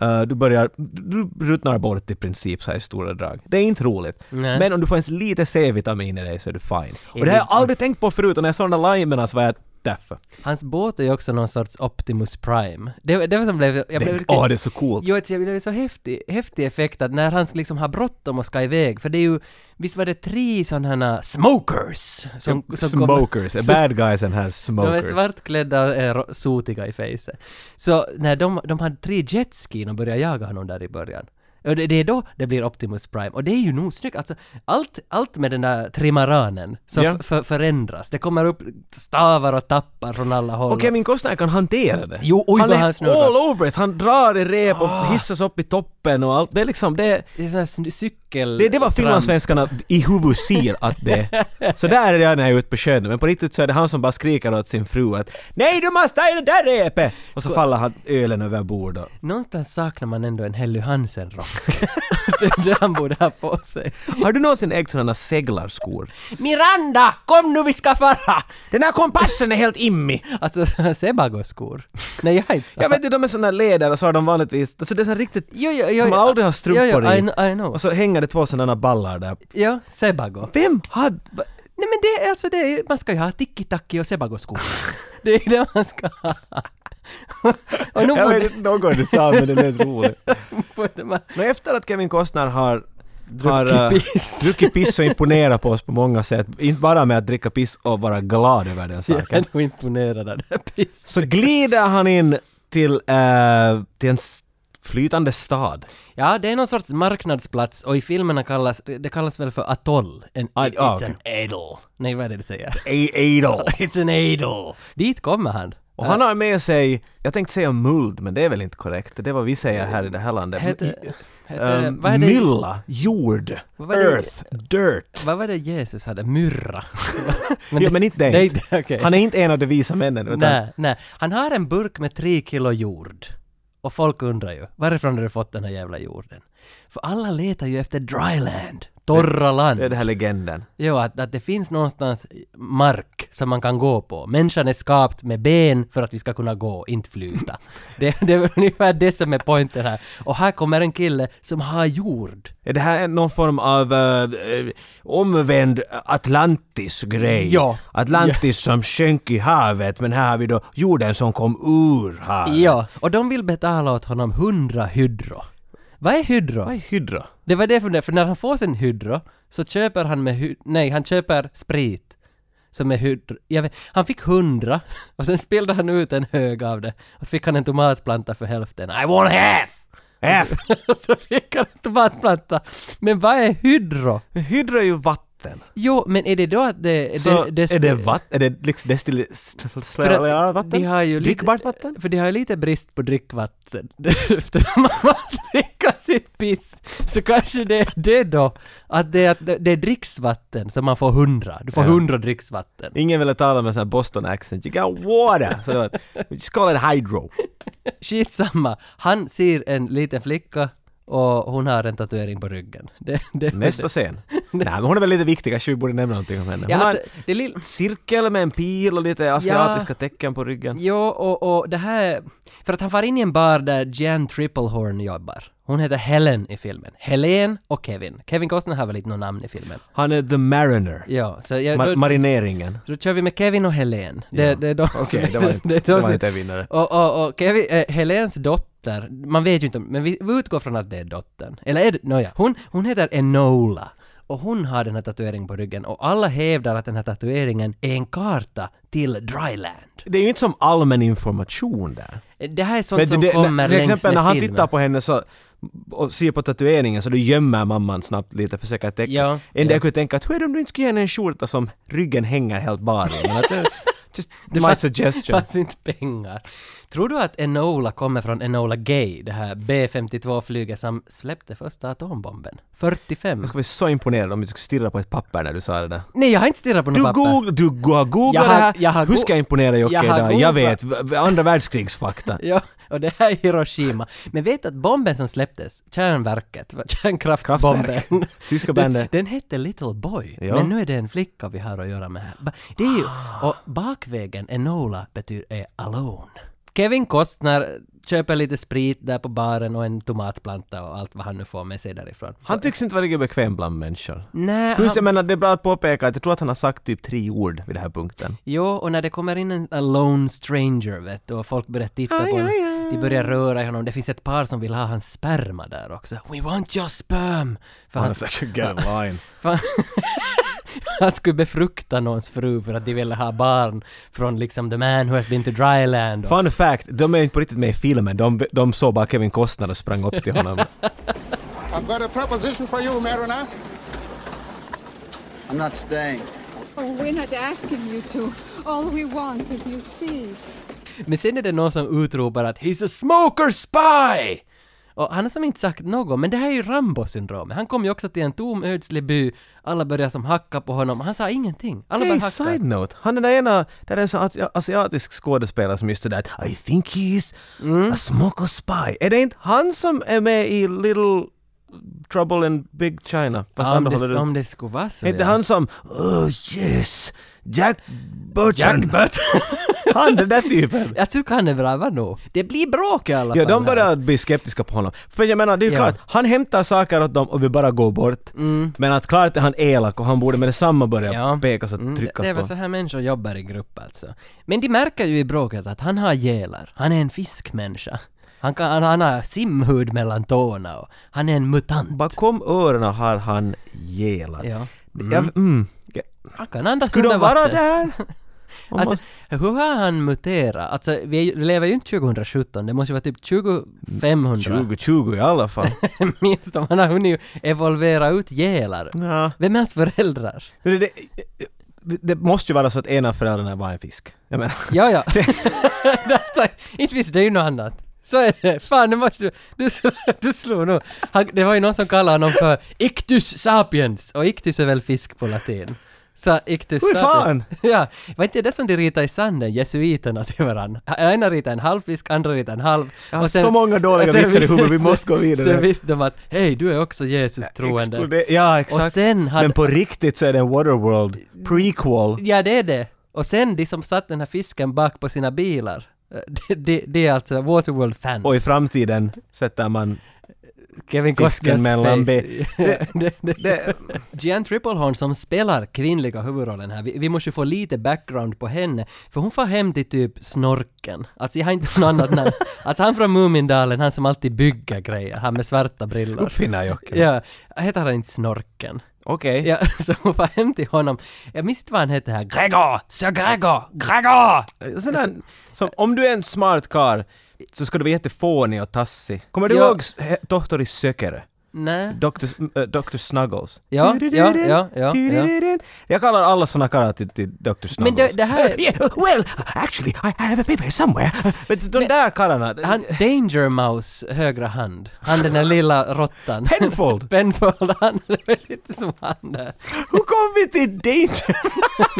Speaker 1: Eh, du börjar, du ruttnar bort i princip så här i stora drag. Det är inte roligt.
Speaker 2: Nej.
Speaker 1: Men om du får ens lite C-vitamin i dig så är du fine. Och det har jag aldrig tänkt på förut och när jag såg de där limerna så var jag därför.
Speaker 2: Hans båt är ju också någon sorts Optimus Prime. Det, var- det var som blev... Jag blev
Speaker 1: Tänk,
Speaker 2: riktigt-
Speaker 1: åh det är så coolt.
Speaker 2: Jo, jag blev så häftig, häftig effekt att när han liksom har bråttom och ska iväg, för det är ju... Visst var det tre sådana här smokers? Som, som kommer-
Speaker 1: smokers, bad guys and här
Speaker 2: De är
Speaker 1: smokers.
Speaker 2: svartklädda och är ro- sotiga i fejset. Så när de, de hade tre jetskin och började jaga honom där i början. Och det, det är då det blir Optimus Prime. Och det är ju nog snyggt. Alltså, allt, allt med den där trimaranen som
Speaker 1: Ja.
Speaker 2: f- för- förändras. Det kommer upp stavar och tappar från alla håll.
Speaker 1: Och Kevin Costner kan hantera det.
Speaker 2: Jo, oj,
Speaker 1: han
Speaker 2: vad
Speaker 1: är
Speaker 2: han snurrar. Ah.
Speaker 1: all over it. Han drar i rep och hissas upp i toppen och allt. Det är liksom det.
Speaker 2: Det är sån här sn- cykel...
Speaker 1: Det, det var finlandssvenskarna i huvud ser att det Så där är jag när jag är ute på sjön. Men på riktigt så är det han som bara skriker åt sin fru att Nej du måste ta i det där repet! Och så faller han ölen över bord och...
Speaker 2: Någonstans saknar man ändå en Helly Hansen-rock. det är det han borde ha på sig.
Speaker 1: Har du någonsin ägt sådana seglarskor?
Speaker 2: Miranda! Kom nu vi ska fara!
Speaker 1: Den här kompassen är helt immig!
Speaker 2: Alltså, Sebago-skor. Nej, jag har inte
Speaker 1: Jag vet inte, de är sådana leder och så har de vanligtvis... Alltså det är så här riktigt...
Speaker 2: Jo, jo, jo,
Speaker 1: som man
Speaker 2: jo,
Speaker 1: aldrig har strumpor
Speaker 2: jo, jo,
Speaker 1: i. Alltså-
Speaker 2: I, kn- I know.
Speaker 1: Och så hänger det två sådana ballar där.
Speaker 2: Ja, Sebago.
Speaker 1: Vem hade... va-
Speaker 2: Nej men det är alltså det, är- man ska ju ha tiki-taki och Sebago-skor. det är det man ska ha. och
Speaker 1: Jag
Speaker 2: nu
Speaker 1: vet
Speaker 2: borde,
Speaker 1: inte någon du sa men det lät roligt.
Speaker 2: borde man...
Speaker 1: Men efter att Kevin Costner har har,
Speaker 2: Druckit
Speaker 1: eh,
Speaker 2: piss.
Speaker 1: druckit piss och imponerat på oss på många sätt, inte bara med att dricka piss och vara glad över den
Speaker 2: Jag är
Speaker 1: saken,
Speaker 2: nog imponerad av det här pisset.
Speaker 1: så glider han in till, eh, till en s- flytande stad.
Speaker 2: Ja, det är någon sorts marknadsplats och i filmerna kallas, det kallas väl för atoll? En,
Speaker 1: Ad- ah,
Speaker 2: it's
Speaker 1: okej.
Speaker 2: an idol. Nej, vad är det du säger?
Speaker 1: Adol.
Speaker 2: It's an idol. Dit kommer han.
Speaker 1: Och han har med sig, jag tänkte säga muld, men det är väl inte korrekt, det är vad vi säger här i det här landet.
Speaker 2: Heter, heter,
Speaker 1: Um,
Speaker 2: vad, är det,
Speaker 1: mylla, jord,
Speaker 2: Vad är det-
Speaker 1: earth, dirt.
Speaker 2: vad var det Jesus hade? Myrra?
Speaker 1: Ja, men inte det.
Speaker 2: inte- okej.
Speaker 1: Han är inte en av de visa männen, utan
Speaker 2: Nej, nej. Han har en burk med tre kilo jord. Och folk undrar ju, varifrån har du fått den här jävla jorden? För alla letar ju efter dryland, torra land.
Speaker 1: det är den här legenden.
Speaker 2: Jo, att, att det finns någonstans mark som man kan gå på. Människan är skapt med ben för att vi ska kunna gå, inte flyta. det, det är ungefär det som är poängen här. Och här kommer en kille som har jord.
Speaker 1: Är det här någon form av eh, eh, omvänd Atlantis-grej?
Speaker 2: Ja.
Speaker 1: Atlantis som sjönk i havet, men här har vi då jorden som kom ur havet.
Speaker 2: Ja, och de vill betala åt honom 100 hydro. Vad är hydro?
Speaker 1: Vad är hydra?
Speaker 2: Det var det jag funderade, för när han får sin hydro så köper han med hy- nej han köper sprit. Som är hydro, jag vet, han fick hundra och sen spelade han ut en hög av det. Och så fick han en tomatplanta för hälften. I want half!
Speaker 1: F!
Speaker 2: Och så fick han en tomatplanta. Men vad är hydro?
Speaker 1: Hydra är ju vatten.
Speaker 2: Jo, men är det då att det...
Speaker 1: Så är det
Speaker 2: vatten?
Speaker 1: vatten? Är det liksom
Speaker 2: För att
Speaker 1: destillerat vatten?
Speaker 2: de har ju lite-
Speaker 1: Drickbart vatten?
Speaker 2: För de har ju lite brist på drickvatten. Eftersom man måste dricka sitt piss så kanske det är det då att det är, att det är dricksvatten som man får hundra. Du får hundra dricksvatten.
Speaker 1: Ingen ville tala med sån här Boston accent. You got water! Så det var, we just call it hydro.
Speaker 2: Skitsamma. Han ser en liten flicka och hon har en tatuering på ryggen. Det, det,
Speaker 1: Nästa scen. Nej, men hon är väl lite viktig, kanske vi borde nämna någonting om henne. Hon
Speaker 2: Ja,
Speaker 1: har
Speaker 2: alltså, det är
Speaker 1: en
Speaker 2: lill-
Speaker 1: c- cirkel med en pil och lite asiatiska tecken på ryggen.
Speaker 2: Jo, och, och det här... För att han far in i en bar där Jan Triplehorn jobbar. Hon heter Helen i filmen. Helen och Kevin. Kevin Costner har väl inte något namn i filmen?
Speaker 1: Han är the mariner.
Speaker 2: Ja, så jag...
Speaker 1: Ma-
Speaker 2: då-
Speaker 1: marineringen.
Speaker 2: Så då kör vi med Kevin och Helen. Det, det är de som-
Speaker 1: Okej, det var inte-
Speaker 2: är de
Speaker 1: det var
Speaker 2: som-
Speaker 1: inte en vinnare.
Speaker 2: Och, och, och Kevin, eh, Helens dotter, man vet ju inte, om- men vi, vi utgår från att det är dottern. Eller är det, nåja. Hon, hon heter Enola. Och hon har den här tatueringen på ryggen och alla hävdar att den här tatueringen är en karta till Dryland.
Speaker 1: Det är ju inte som allmän information där.
Speaker 2: Eh, Det här är sånt
Speaker 1: Men
Speaker 2: som
Speaker 1: det-
Speaker 2: kommer
Speaker 1: när, till
Speaker 2: längs
Speaker 1: exempel
Speaker 2: med
Speaker 1: när han
Speaker 2: filmen.
Speaker 1: tittar på henne så, och ser på tatueringen så då gömmer mamman snabbt lite, försöker täcka.
Speaker 2: Ja,
Speaker 1: en del
Speaker 2: ja.
Speaker 1: kunde jag tänka att hur är det om du inte skulle ge henne en skjorta som ryggen hänger helt bar i? Men att det- Just
Speaker 2: Det
Speaker 1: my
Speaker 2: fanns-
Speaker 1: suggestion.
Speaker 2: fanns inte pengar. Tror du att Enola kommer från Enola Gay, det här B-52-flyget som släppte första atombomben? 45.
Speaker 1: Jag skulle bli så imponerad om du skulle stirra på ett papper när du sa det där.
Speaker 2: Nej, jag har inte stirrat på något
Speaker 1: Du,
Speaker 2: papper.
Speaker 1: googl- du go- har googlat
Speaker 2: Jag har-
Speaker 1: det här.
Speaker 2: jag har
Speaker 1: Hur
Speaker 2: go-
Speaker 1: ska jag imponera Jocke
Speaker 2: jag har
Speaker 1: idag? Jag
Speaker 2: googlat.
Speaker 1: vet. v- v- Andra världskrigsfakta.
Speaker 2: Ja, och det här är Hiroshima. Men vet du att bomben som släpptes, kärnverket, va- kärnkraftbomben.
Speaker 1: Kraftwerk. Tyska bandet.
Speaker 2: Den, den hette Little Boy.
Speaker 1: Ja. Ah.
Speaker 2: Men nu är det en flicka vi har att göra med här. Ba- Det är ju, och bakvägen Enola betyder är alone. Kevin Costner köper lite sprit där på baren och en tomatplanta och allt vad han nu får med sig därifrån.
Speaker 1: Han tycks inte vara riktigt bekväm bland människor.
Speaker 2: Nej,
Speaker 1: Plus, jag
Speaker 2: Mm. han,
Speaker 1: menar, det är bra att påpeka att jag tror att han har sagt typ tre ord vid den här punkten.
Speaker 2: jo, och när det kommer in en alone stranger vet du, och folk börjar titta på honom, de börjar röra i honom. Det finns ett par som vill ha hans sperma där också. We want your sperm! För
Speaker 1: Han
Speaker 2: han,
Speaker 1: har sagt get in line.
Speaker 2: för han skulle befrukta någons fru för att de ville ha barn från liksom the man who has been to dryland. Och,
Speaker 1: Fun fact, de är inte på riktigt med i filmen. De, de såg bara Kevin Costner och sprang upp till honom.
Speaker 5: I've got a proposition for you, Mariner.
Speaker 6: I'm not staying.
Speaker 8: Oh, we're not asking you to. All we want is you see.
Speaker 2: men sen är det någon som utropar att “He's a smoker spy!” Och han har som inte sagt något, men det här är ju Rambo-syndromet. Han kom ju också till en tom ödslig by, alla började som hacka på honom, han sa ingenting. Alla
Speaker 1: Hey,
Speaker 2: bara
Speaker 1: side
Speaker 2: hackade.
Speaker 1: note! Han är den ena, där är en sån asi- asiatisk skådespelare som just det där I think he is
Speaker 2: Mm.
Speaker 1: a smoker spy. Är det inte han som är med i Little Trouble in Big China? Fast
Speaker 2: Om
Speaker 1: andra håller
Speaker 2: det, om
Speaker 1: runt.
Speaker 2: det skulle vara så.
Speaker 1: Är inte
Speaker 2: ja.
Speaker 1: han som Oh yes! Jack Burton!
Speaker 2: Button.
Speaker 1: han den där typen!
Speaker 2: Jag tycker han är bra nog. Det blir bråk i alla
Speaker 1: Ja,
Speaker 2: fall.
Speaker 1: de
Speaker 2: här.
Speaker 1: börjar bli skeptiska på honom. För jag menar, det är ju
Speaker 2: Ja. Mm.
Speaker 1: klart, han hämtar saker åt dem och vill bara gå bort. Men att klart är han elak och han borde med detsamma börja pekas och
Speaker 2: Mm, det-
Speaker 1: tryckas
Speaker 2: Det är
Speaker 1: på.
Speaker 2: väl så här människor jobbar i grupp alltså. Men de märker ju i bråket att han har gälar. Han är en fiskmänniska. Han, kan, han, han har simhud mellan tårna och han är en mutant.
Speaker 1: Bakom öronen har han gelar.
Speaker 2: Ja.
Speaker 1: Jag, mm.
Speaker 2: Han kan andas
Speaker 1: Skulle de
Speaker 2: under
Speaker 1: vara
Speaker 2: vatten.
Speaker 1: där? Om man-
Speaker 2: Alltså, hur har han muterat? Alltså, vi är ju- lever ju inte 2017, det måste ju vara typ
Speaker 1: Mm,
Speaker 2: 2500
Speaker 1: 2020 i alla fall.
Speaker 2: minst om han har hunnit evolvera ut gälar.
Speaker 1: ja.
Speaker 2: Vem är hans föräldrar?
Speaker 1: det, det, det måste ju vara så att ena föräldrarna var en fisk. Jag menar,
Speaker 2: Ja, ja. Detta, inte visste jag ju något annat. Så är det. Fan, nu måste du... Du, sl- du slog nog. Han, det var ju någon som kallade honom för Ictus sapiens. Och ictus är väl fisk på latin. Så ictus
Speaker 1: Hur fan?
Speaker 2: sapiens. Ja. Var inte det som de ritade i sanden, jesuiterna till varandra? Ena ritade en halv fisk, andra ritade en halv.
Speaker 1: Jag har så många dåliga vitsar i huvudet, vi måste gå vidare.
Speaker 2: Sen visste de att hej, du är också Jesus troende.
Speaker 1: explode- Ja, exakt.
Speaker 2: Och sen hade-
Speaker 1: Men på riktigt så är det en Waterworld prequel.
Speaker 2: Ja, det är det. Och sen de som satt den här fisken bak på sina bilar. eh, Det de, de är alltså Waterworld-fans.
Speaker 1: Och i framtiden sätter man...
Speaker 2: Kevin
Speaker 1: fisken
Speaker 2: Costners
Speaker 1: mellan
Speaker 2: face.
Speaker 1: bi-
Speaker 2: Ja, det, det,
Speaker 1: Det,
Speaker 2: Jean Triplehorn som spelar kvinnliga huvudrollen här, vi, vi måste ju få lite background på henne, för hon får hem till typ Snorken. Alltså jag har inte något annat namn. Alltså han från Mumindalen, han som alltid bygger grejer, han med svarta brillor.
Speaker 1: uppfinnar Jocke.
Speaker 2: Ja, heter han inte Snorken?
Speaker 1: Okej.
Speaker 2: Ja, så hon får hem till honom. Jag minns inte vad han hette här. Gregor! Sir Gregor! Gregor!
Speaker 1: Sån där, som, om du är en smart karl så ska du vara jättefånig och tassig. Kommer du
Speaker 2: Ja.
Speaker 1: ihåg s- he- Tohtori Sökere?
Speaker 2: Nej.
Speaker 1: Dr. S- äh, Dr. Snuggles.
Speaker 2: Ja, ja, ja, ja, ja.
Speaker 1: Jag kallar alla såna karlar till, till Dr. Snuggles.
Speaker 2: Men det- det här-
Speaker 1: Eh, yeah, well, actually, I have a paper somewhere. Men de där karlarna...
Speaker 2: Han, Danger Mouse högra hand. Han den där lilla råttan.
Speaker 1: Penfold!
Speaker 2: Penfold, han det är väl lite som han där.
Speaker 1: Hur kom vi till danger?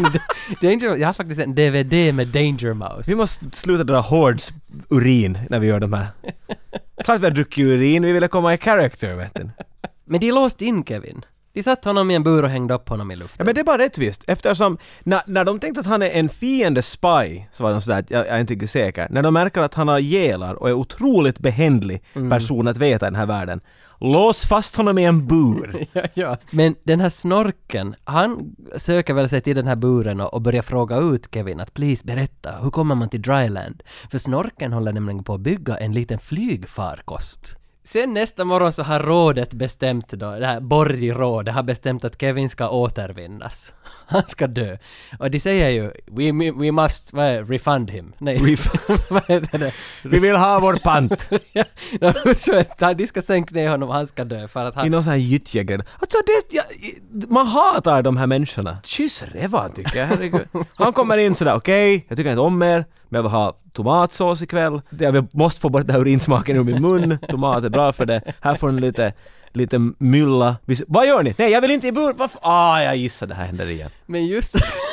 Speaker 2: Danger, jag har faktiskt en DVD med Danger Mouse.
Speaker 1: Vi måste sluta dra hårds urin när vi gör de här. Klart vi har druckit urin, vi ville komma i character vet du.
Speaker 2: Men de låste in Kevin. De satte honom i en bur och hängde upp honom i
Speaker 1: Ja,
Speaker 2: luften.
Speaker 1: men det är bara rättvist eftersom när, när de tänkte att han är en fiende spy så var de sådär att jag, jag är inte riktigt säker. När de märker att han har gelar och är otroligt behändlig person att veta i den här världen. Lås fast honom i en bur.
Speaker 2: Ja, ja. Men den här snorken, han söker väl sig till den här buren och, och börjar fråga ut Kevin att please berätta, hur kommer man till dryland? För snorken håller nämligen på att bygga en liten flygfarkost. Sen nästa morgon så har rådet bestämt då, det här borgrådet har bestämt att Kevin ska återvinnas. Han ska dö. Och de säger ju we, mi- we must, vad är, refund him? Nej.
Speaker 1: Ref-
Speaker 2: vad heter det?
Speaker 1: Vi vill ha vår pant.
Speaker 2: Ja, så att de ska sänka ner honom och han ska dö för att han...
Speaker 1: I någon sån här gyttjegrädde. Alltså det, jag, man hatar de här människorna. Kyss revan tycker jag, herregud. Han kommer in sådär, okej, jag tycker inte om er, men jag vill ha tomatsås ikväll. Det- Jag vill- måste få bort den här urinsmaken ur min mun. Tomat är bra för det. Här får ni lite, lite mylla. Vi- Vad gör ni? Nej, jag vill inte i bur! Varför? Ah, jag gissar det här händer igen.
Speaker 2: Men just,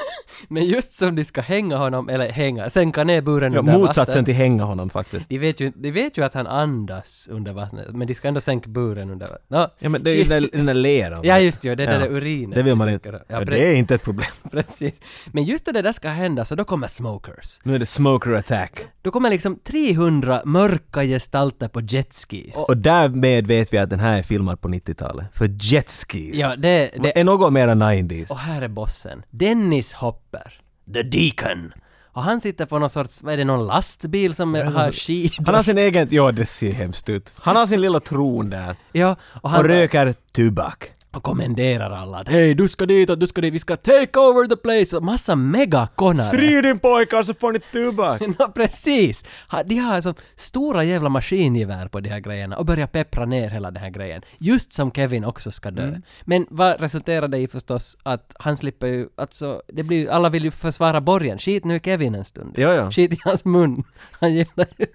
Speaker 2: men just som de ska hänga honom, eller hänga, sänka ner buren
Speaker 1: Ja,
Speaker 2: under
Speaker 1: motsatsen
Speaker 2: vattnet.
Speaker 1: till hänga honom faktiskt.
Speaker 2: De vet, ju, de vet ju att han andas under vattnet, men de ska ändå sänka buren under vattnet. No.
Speaker 1: Ja men det är ju den där- den där leran.
Speaker 2: Ja, just ju, det är den där urinen
Speaker 1: Det vill man
Speaker 2: vi
Speaker 1: inte.
Speaker 2: tänker- ja,
Speaker 1: Ja,
Speaker 2: pre-
Speaker 1: det är inte ett problem.
Speaker 2: Precis. Men just när det där ska hända, så då kommer smokers.
Speaker 1: Nu är det smoker attack.
Speaker 2: Då kommer liksom 300 mörka gestalter på jetskis.
Speaker 1: Och därmed vet vi att den här är filmad på 90-talet. För jetskis.
Speaker 2: Ja, det, det,
Speaker 1: Är något mera 90s.
Speaker 2: Och här är bossen. Dennis Hopper. The Deacon. Och han sitter på någon sorts, vad är det, någon lastbil som har skidor?
Speaker 1: Han har sin egen... Ja, det ser hemskt ut. Han har sin lilla tron där.
Speaker 2: Ja, och han
Speaker 1: Och röker tobak.
Speaker 2: och kommenderar alla att hej, du ska dit och du ska dit, vi ska take over the place och massa megakonare.
Speaker 1: din pojkar så får ni tobak!
Speaker 2: Ja, precis! Ha- De har som stora jävla maskingevär på de här grejerna och börjar peppra ner hela den här grejen. Just som Kevin också ska dö. Men vad resulterar det i förstås? Att han slipper ju, alltså, det blir ju- alla vill ju försvara borgen. Skit nu i Kevin en stund.
Speaker 1: Ja, ja.
Speaker 2: Skit i hans mun. Han gillar ju...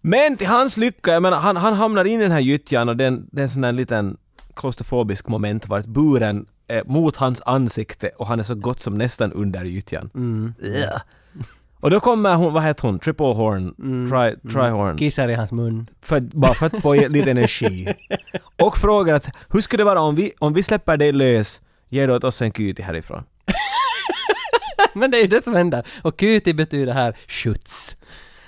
Speaker 1: Men till hans lycka, jag menar, han, han hamnar in i den här gyttjan och den, den är en sån där liten klaustrofobisk moment vart buren är mot hans ansikte och han är så gott som nästan under gyttjan.
Speaker 2: Mm.
Speaker 1: Ugh. Och då kommer hon, vad heter hon, triple horn,
Speaker 2: Mm.
Speaker 1: tri, trihorn.
Speaker 2: Kissar i hans mun.
Speaker 1: för, att- bara för att få lite energi. Och frågar att hur skulle det vara om vi, om vi släpper dig lös, ger du åt oss en kyti härifrån?
Speaker 2: Men det är ju det som händer. Och cutie betyder här skjuts.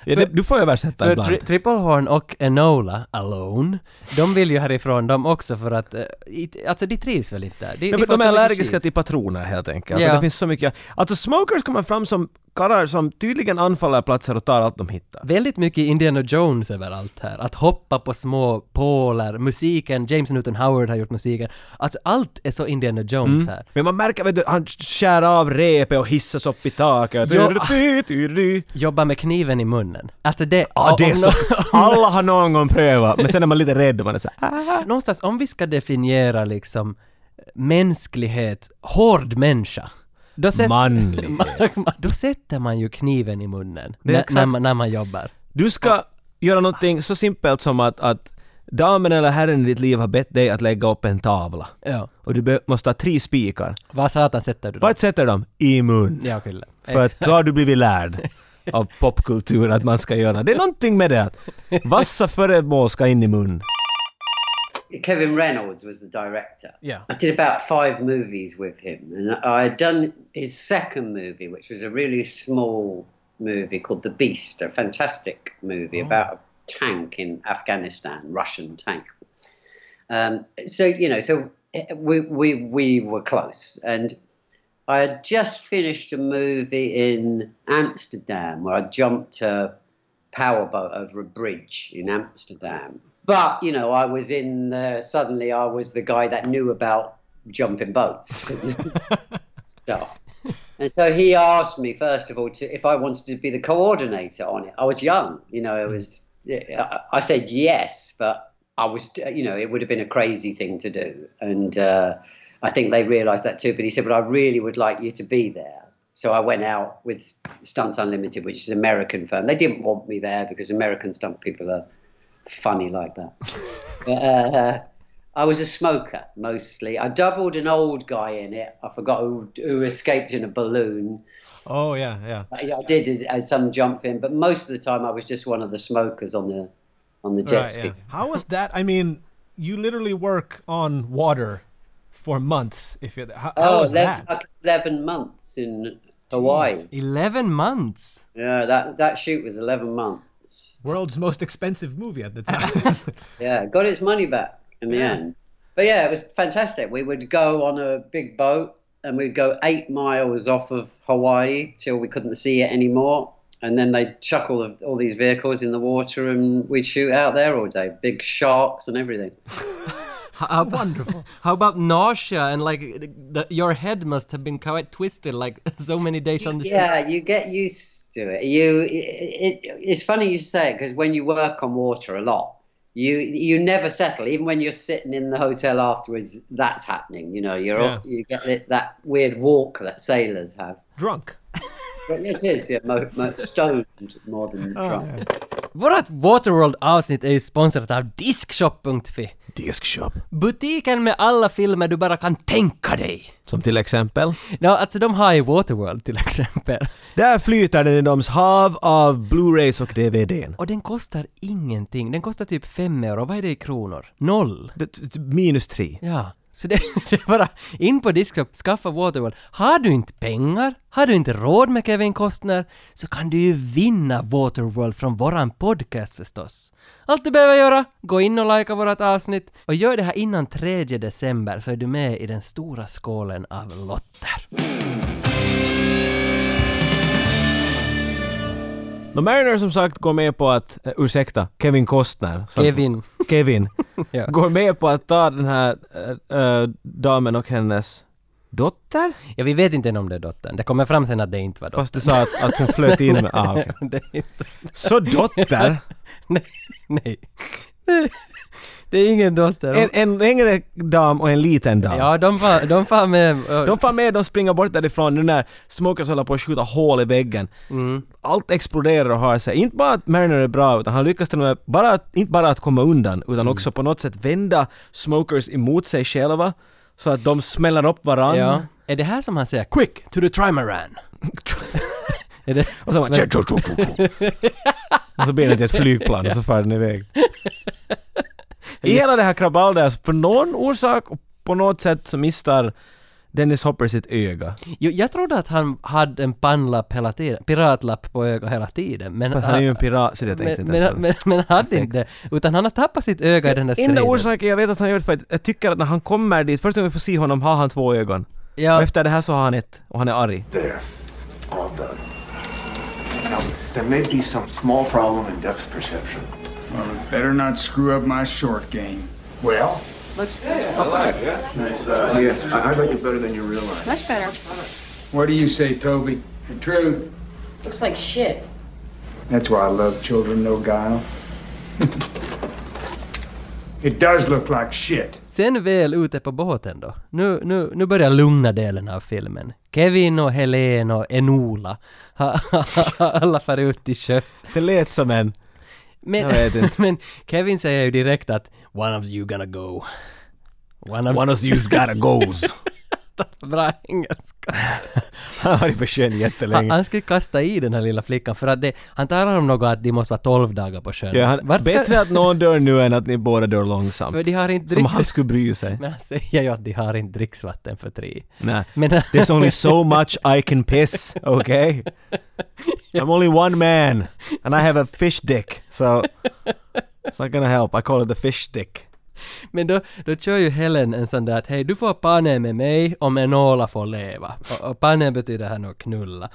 Speaker 1: Ja, det, du får översätta
Speaker 2: För
Speaker 1: ibland.
Speaker 2: tri- Triplehorn och Enola, Alone, de vill ju härifrån de också för att... eh, i- Alltså de trivs väl inte där? De,
Speaker 1: Ja,
Speaker 2: de
Speaker 1: men de
Speaker 2: får så
Speaker 1: är
Speaker 2: mycket
Speaker 1: allergiska
Speaker 2: skit.
Speaker 1: till patroner helt enkelt.
Speaker 2: Ja.
Speaker 1: Och det finns så mycket... Alltså smokers kommer fram som karlar som tydligen anfaller platser och tar allt de hittar.
Speaker 2: Väldigt mycket Indiana Jones överallt här. Att hoppa på små pålar, musiken, James Newton Howard har gjort musiken. Alltså allt är så Indiana Jones här.
Speaker 1: Men man märker vet du, han skär av repet och hissas upp i taket.
Speaker 2: Ja.
Speaker 1: Du-du-du-du-du-du.
Speaker 2: Jobba med kniven i munnen. Alltså det...
Speaker 1: Ja, det är
Speaker 2: om
Speaker 1: så.
Speaker 2: nå-
Speaker 1: Alla har någon gång prövat, men sen är man lite rädd och man är så här, "Ah."
Speaker 2: någonstans, om vi ska definiera liksom mänsklighet, hård människa. Då, sätt,
Speaker 1: manlig.
Speaker 2: då sätter man ju kniven i munnen
Speaker 1: är
Speaker 2: när,
Speaker 1: exakt-
Speaker 2: när, man, när man jobbar.
Speaker 1: Du ska göra någonting så simpelt som att, att damen eller herren i ditt liv har bett dig att lägga upp en tavla.
Speaker 2: Ja.
Speaker 1: Och du be- måste ha tre spikar.
Speaker 2: Vad satan sätter du då?
Speaker 1: Vart sätter de? I mun.
Speaker 2: Ja, kulle.
Speaker 1: För att så har du blivit lärd av popkultur att man ska göra. Det är någonting med det att vassa föremål ska in i mun.
Speaker 3: Kevin Reynolds was the director.
Speaker 1: Yeah.
Speaker 3: I did about five movies with him, and I had done his second movie, which was a really small movie called The Beast, a fantastic movie about a tank in Afghanistan, Russian tank. Um, so you know, so eh, we we we were close, and I had just finished a movie in Amsterdam where I jumped a powerboat over a bridge in Amsterdam. But, you know, I was in the, suddenly I was the guy that knew about jumping boats and stuff. And so he asked me, first of all, to, if I wanted to be the coordinator on it. I was young, you know, it was, I I said yes, but I was, you know, it would have been a crazy thing to do. And uh, I think they realised that too. But he said, but I really would like you to be there. So I went out with Stunts Unlimited, which is an American firm. They didn't want me there because American stunt people are funny like that. but, uh, I was a smoker mostly. I doubled an old guy in it. I forgot who, who escaped in a balloon.
Speaker 1: Oh yeah, yeah.
Speaker 3: Uh, I, I did as, as some jump in, but most of the time I was just one of the smokers on the on the jet
Speaker 1: Right,
Speaker 3: ski.
Speaker 1: yeah. How was that? I mean, you literally work on water for months. If you, how, how
Speaker 3: Oh,
Speaker 1: was
Speaker 3: 11,
Speaker 1: that?
Speaker 3: like 11 months in Hawaii.
Speaker 2: 11 months.
Speaker 3: Yeah, that, that shoot was 11 months.
Speaker 1: World's most expensive movie at the time.
Speaker 3: Yeah, got its money back in the end. But yeah, it was fantastic. We would go on a big boat and we'd go eight miles off of Hawaii till we couldn't see it anymore. And then they'd chuck all, of, all these vehicles in the water and we'd shoot out there all day. Big sharks and everything.
Speaker 2: How, how, Wonderful. How about nausea and like the, your head must have been quite twisted like so many days on the sea.
Speaker 3: Yeah, you get used to it. You, it, it, it's funny you say it because when you work on water a lot, you you never settle. Even when you're sitting in the hotel afterwards, that's happening. You know, you're
Speaker 1: Yeah.
Speaker 3: you get it, that weird walk that sailors have.
Speaker 1: Drunk.
Speaker 3: But it is yeah, mo, mo, stoned more than drunk.
Speaker 2: Vårat Waterworld avsnitt är ju sponsrat av Diskshop.fi.
Speaker 1: Disc shop.
Speaker 2: Butiken med alla filmer du bara kan tänka dig.
Speaker 1: Som till exempel.
Speaker 2: Ja, alltså de har i Waterworld till exempel.
Speaker 1: Där flyter den i doms hav av Blu-rays och DVDn.
Speaker 2: Och den kostar ingenting. Den kostar typ fem euro. Vad är det i kronor? Noll.
Speaker 1: Det- det- Minus tre.
Speaker 2: Ja. Så det, det är bara in på Discshop, skaffa Waterworld. Har du inte pengar, har du inte råd med Kevin Costner, så kan du ju vinna Waterworld från våran podcast förstås. Allt du behöver göra, gå in och likea vårat avsnitt och gör det här innan 3 december så är du med i den stora skålen av lotter.
Speaker 1: Men Mariner som sagt går med på att, eh, ursäkta, Kevin Costner. som-
Speaker 2: Kevin.
Speaker 1: Kevin.
Speaker 2: Ja.
Speaker 1: Går med på att ta den här eh, eh, damen och hennes dotter?
Speaker 2: Ja, vi vet inte än om det är dottern. Det kommer fram sen att det inte var dottern.
Speaker 1: Fast du sa att, att hon flöt in med... Ah, okej.
Speaker 2: Det är inte...
Speaker 1: Så dotter?
Speaker 2: Nej, nej. Det är ingen dotter.
Speaker 1: En, en längre dam och en liten dam.
Speaker 2: Ja, de fan, de fan med...
Speaker 1: De far med, de springer bort därifrån nu när Smokers håller på att skjuta hål i väggen.
Speaker 2: Mm.
Speaker 1: Allt exploderar och har sig. Inte bara att Mariner är bra, utan han lyckas till och med bara, att- inte bara att komma undan, utan
Speaker 2: Mm.
Speaker 1: också på något sätt vända Smokers emot sig själva, så att de smäller upp varandra.
Speaker 2: Ja. Är det här som han säger “Quick, to the trimaran”? är det...
Speaker 1: Och så bara... tju, tju, tju, tju, tju. och så blir det till ett flygplan och så far den iväg. I hela det här krabaldet, för någon orsak och på något sätt så missar Dennis Hopper sitt öga.
Speaker 2: Jo, jag trodde att han hade en pannlapp hela tiden, piratlapp på ögat hela tiden. Men
Speaker 1: För att han är ju en pirat, så det tänkte jag inte
Speaker 2: men,
Speaker 1: ens på.
Speaker 2: men, men, men han hade inte Utan han har tappat sitt öga i den där striden.
Speaker 1: Enda orsaken jag vet att han gör det för att jag tycker att när han kommer dit, första gången vi får se honom har han två ögon.
Speaker 2: Ja.
Speaker 1: Och efter det här så har han ett, och han är arg.
Speaker 6: There. All done. Now, there may be some small problem in depth perception.
Speaker 5: Well, it better not screw up my short game.
Speaker 6: Well,
Speaker 9: Much better.
Speaker 5: What do you say, Toby? The truth.
Speaker 9: Looks like shit.
Speaker 5: That's why I love children, no guile. it does look like shit.
Speaker 2: Sen väl ute på båten då. Nu, nu, nu börjar lugna delen av filmen. Kevin och Helen och Enola. Ha- Alla far ut till sjöss.
Speaker 1: Det lät som en...
Speaker 2: Men,
Speaker 1: Jag vet inte.
Speaker 2: men Kevin säger ju direkt att “One of you gonna go”. One of...
Speaker 1: One of you's gotta goes.
Speaker 2: Bra engelska.
Speaker 1: Han har varit på sjön
Speaker 2: Han,
Speaker 1: jättelänge.
Speaker 2: han skulle kasta i den här lilla flickan för att det, han talar om något att de måste vara 12 dagar på sjön.
Speaker 1: Ja, han,
Speaker 2: Vart ska-
Speaker 1: bättre att någon dör nu än att ni båda dör
Speaker 2: För
Speaker 1: långsamt.
Speaker 2: de har inte
Speaker 1: Som
Speaker 2: drick...
Speaker 1: han skulle bry sig.
Speaker 2: Men han säger ju att de har inte dricksvatten för tre.
Speaker 1: Nej.
Speaker 2: Men-
Speaker 1: There's only so much I can piss, okay? I'm only one man, and I have a fish dick, so... It's not gonna help, I call it the fish dick.
Speaker 2: Men då, då kör ju Helen en sån där att hej, du får pane med mig om Enola får leva. Och, och pane betyder här nog knulla.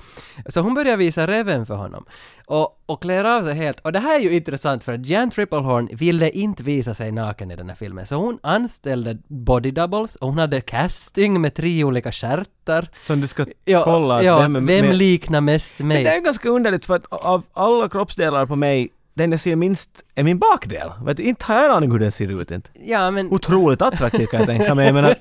Speaker 2: Så hon börjar visa reven för honom. Och, och klär av sig helt. Och det här är ju intressant för att Jan Triplehorn ville inte visa sig naken i den här filmen. Så hon anställde body doubles och hon hade casting med tre olika stjärtar.
Speaker 1: Som du ska
Speaker 2: Ja,
Speaker 1: kolla att
Speaker 2: ja,
Speaker 1: vem är
Speaker 2: vem
Speaker 1: med-
Speaker 2: liknar mest mig?
Speaker 1: Men det är ganska underligt för att av alla kroppsdelar på mig den jag ser minst är min bakdel. Vet du, inte har jag en aning hur den ser ut inte.
Speaker 2: Ja, men,
Speaker 1: Otroligt attraktiv kan jag tänka mig. Jag menar,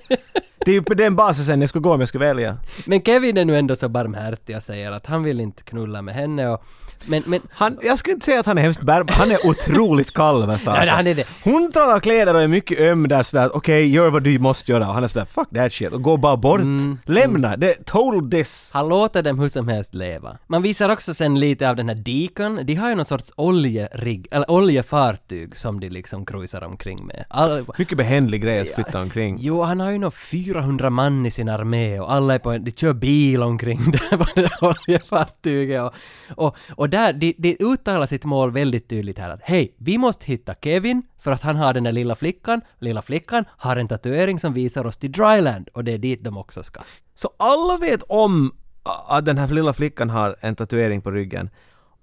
Speaker 1: det är ju på den basen sen jag skulle gå om jag skulle välja.
Speaker 2: men Kevin är nu ändå så barmhärtig och säger att han vill inte knulla med henne och... Men, men...
Speaker 1: Han, jag skulle inte säga att han är hemskt bärbar, han är otroligt kalv sa
Speaker 2: Ja, han är det.
Speaker 1: Hon tar kläder och är mycket öm där sådär okej gör vad du måste göra och han är sådär fuck that shit och går bara bort.
Speaker 2: Mm,
Speaker 1: Lämna, det är total diss.
Speaker 2: Han låter dem hur som helst leva. Man visar också sen lite av den här Deacon. De har ju någon sorts oljerigg, eller oljefartyg som de liksom cruisar omkring med. All...
Speaker 1: Mycket behändlig grej att flytta omkring.
Speaker 2: Jo, han har ju nog 400 man i sin armé och alla är på en, de kör bil omkring där på det där oljefartyget och, och, och där, de, de uttalar sitt mål väldigt tydligt här att hej, vi måste hitta Kevin för att han har den där lilla flickan, lilla flickan har en tatuering som visar oss till Dryland och det är dit de också ska.
Speaker 1: Så alla vet om att den här lilla flickan har en tatuering på ryggen.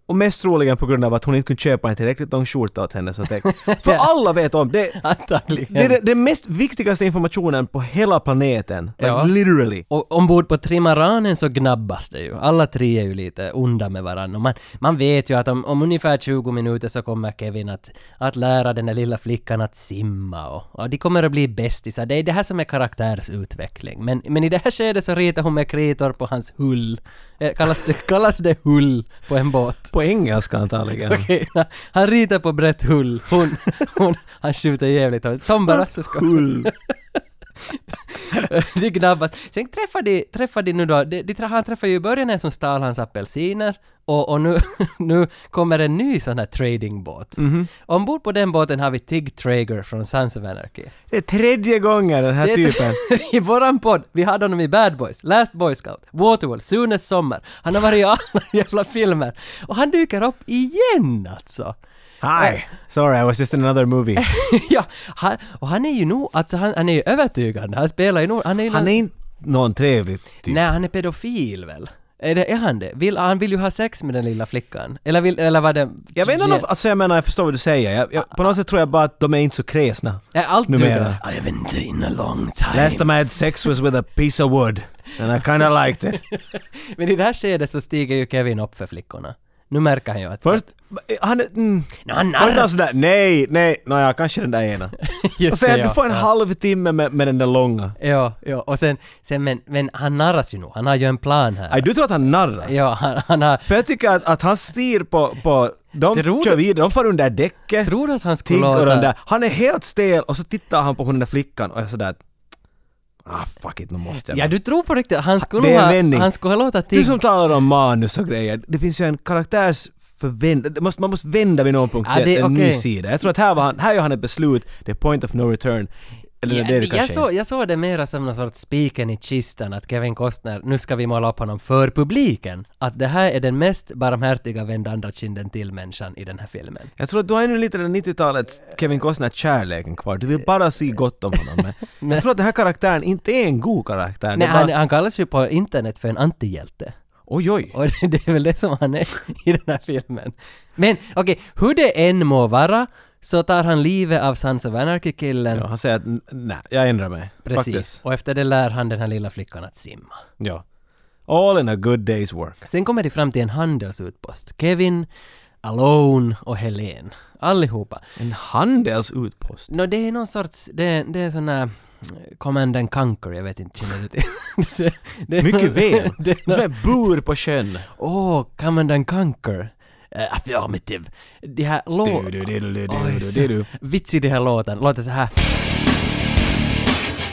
Speaker 1: Och mest troligen på grund av att hon inte kunde köpa en tillräckligt lång skjorta åt henne. Så tänk, för alla vet om det.
Speaker 2: Antagligen.
Speaker 1: Det är den- den mest viktigaste informationen på hela planeten. Like,
Speaker 2: Ja.
Speaker 1: Literally.
Speaker 2: Och ombord på trimaranen så gnabbas det ju. Alla tre är ju lite onda med varandra. Och man, man vet ju att om, om ungefär 20 minuter så kommer Kevin att, att lära den där lilla flickan att simma och, och de kommer att bli bästisar. Det är det här som är karaktärsutveckling. Men, men i det här skedet så ritar hon med kritor på hans hull. Eh, Kallas det, kallas det hull på en båt?
Speaker 1: På engelska antagligen.
Speaker 2: Okej, na- han ritar på brett hull. Hon, hon, han skjuter jävligt hårt. Som Barasco.
Speaker 1: Hull.
Speaker 2: det gnabbas. Sen träffar de, träffar de nu då, de, de, tra- han träffar ju i början en som stal hans apelsiner och, och nu, nu kommer en ny sån här tradingbåt. Ombord på den båten har vi Tig Traeger från Sons of Anarchy.
Speaker 1: Det är tredje gången den här
Speaker 2: Det är-
Speaker 1: typen.
Speaker 2: I våran podd, vi hade honom i Bad Boys, Last Boy Scout, Waterworld, Sunes Sommar. Han har varit i alla jävla filmer. Och han dyker upp igen alltså!
Speaker 1: Hi! Sorry, I was just in another movie.
Speaker 2: ja, han, och han är ju nog, alltså han, han är ju övertygande, han spelar ju nog, han är ju
Speaker 1: Han är inte någon trevlig typ.
Speaker 2: Nej, han är pedofil väl? Är, det, är han det? Vill, han vill ju ha sex med den lilla flickan. Eller, vill, eller vad det...
Speaker 1: Jag vet inte om, alltså jag menar jag förstår vad du säger. Jag, jag, på något sätt tror jag bara att de är inte så kräsna.
Speaker 2: Nej, allt du
Speaker 1: Numera.
Speaker 2: gör. I haven't been a long time.
Speaker 1: Last time I had sex was with a piece of wood. And I kinda liked it.
Speaker 2: Men i det här skedet så stiger ju Kevin upp för flickorna. Nu märker han ju att...
Speaker 1: Först, han är... Mm,
Speaker 2: Nå, han
Speaker 1: var det
Speaker 2: narrar.
Speaker 1: någon sån där, nej, nej, nåja, kanske den där ena.
Speaker 2: Just
Speaker 1: Och sen,
Speaker 2: det,
Speaker 1: du
Speaker 2: ja.
Speaker 1: får en halvtimme med, med den där långa.
Speaker 2: Ja, ja, och sen, sen men, men han narras ju nog. Han har ju en plan här.
Speaker 1: Nej, du tror att han narras?
Speaker 2: Ja, han, han har...
Speaker 1: För jag tycker att, att han stir på, på de
Speaker 2: Tror
Speaker 1: kör
Speaker 2: du-
Speaker 1: vidare, de far under däcket.
Speaker 2: Tror du att han skulle
Speaker 1: Tigg och den
Speaker 2: låta...
Speaker 1: där. Han är helt stel och så tittar han på hon den där flickan och är sådär att, Ah fuck it, nu måste jag.
Speaker 2: Ja, du tror på riktigt. Han
Speaker 1: Det
Speaker 2: skulle
Speaker 1: är en
Speaker 2: ha...
Speaker 1: vändning.
Speaker 2: Han skulle ha låta
Speaker 1: Du
Speaker 2: Tig...
Speaker 1: som talar om manus och grejer, det finns ju en karaktärs förvänd- det måste, man måste vända vid någon punkt
Speaker 2: Ja,
Speaker 1: till
Speaker 2: det-
Speaker 1: en ny
Speaker 2: okej.
Speaker 1: sida. Jag tror att här, var han, här gör han ett beslut, det är point of no return. Eller det är det
Speaker 2: jag,
Speaker 1: kanske
Speaker 2: såg, jag såg det mera som någon sorts spiken i kistan att Kevin Costner, nu ska vi måla upp honom för publiken. Att det här är den mest barmhärtiga vänd andra kinden till människan i den här filmen.
Speaker 1: Jag tror att du har ännu lite den 90-talets Kevin Costner-kärleken kvar. Du vill bara se gott om honom. Men jag tror att den här karaktären inte är en god karaktär. Det är
Speaker 2: Nej, han,
Speaker 1: bara,
Speaker 2: han kallas ju på internet för en antihjälte.
Speaker 1: oj, oj.
Speaker 2: Och det, det är väl det som han är i den här filmen. Men okej, hur det än må vara så tar han livet av Sons of Anarchy-killen.
Speaker 1: Ja, han säger att "N- nej, jag ändrar mig.
Speaker 2: Precis.
Speaker 1: Faktiskt.
Speaker 2: Och efter det lär han den här lilla flickan att simma.
Speaker 1: Ja. All in a good day's work.
Speaker 2: Sen kommer de fram till en handelsutpost. Kevin, Alone och Helen. Allihopa.
Speaker 1: En handelsutpost.
Speaker 2: Nå, det är någon sorts... Det, är- det är sån här... eh, Command and Conquer, jag vet inte, känner du till? det, det är
Speaker 1: Mycket
Speaker 2: någon-
Speaker 1: väl.
Speaker 2: det är
Speaker 1: Som
Speaker 2: någon-
Speaker 1: en bur på sjön.
Speaker 2: Åh, Command and Conquer. Uh, affirmative. De här
Speaker 1: Du,
Speaker 2: låtarna...
Speaker 1: du, du, du, du,
Speaker 2: Oj,
Speaker 1: du, du, du.
Speaker 2: Vits i de här låtarna. Låter så här.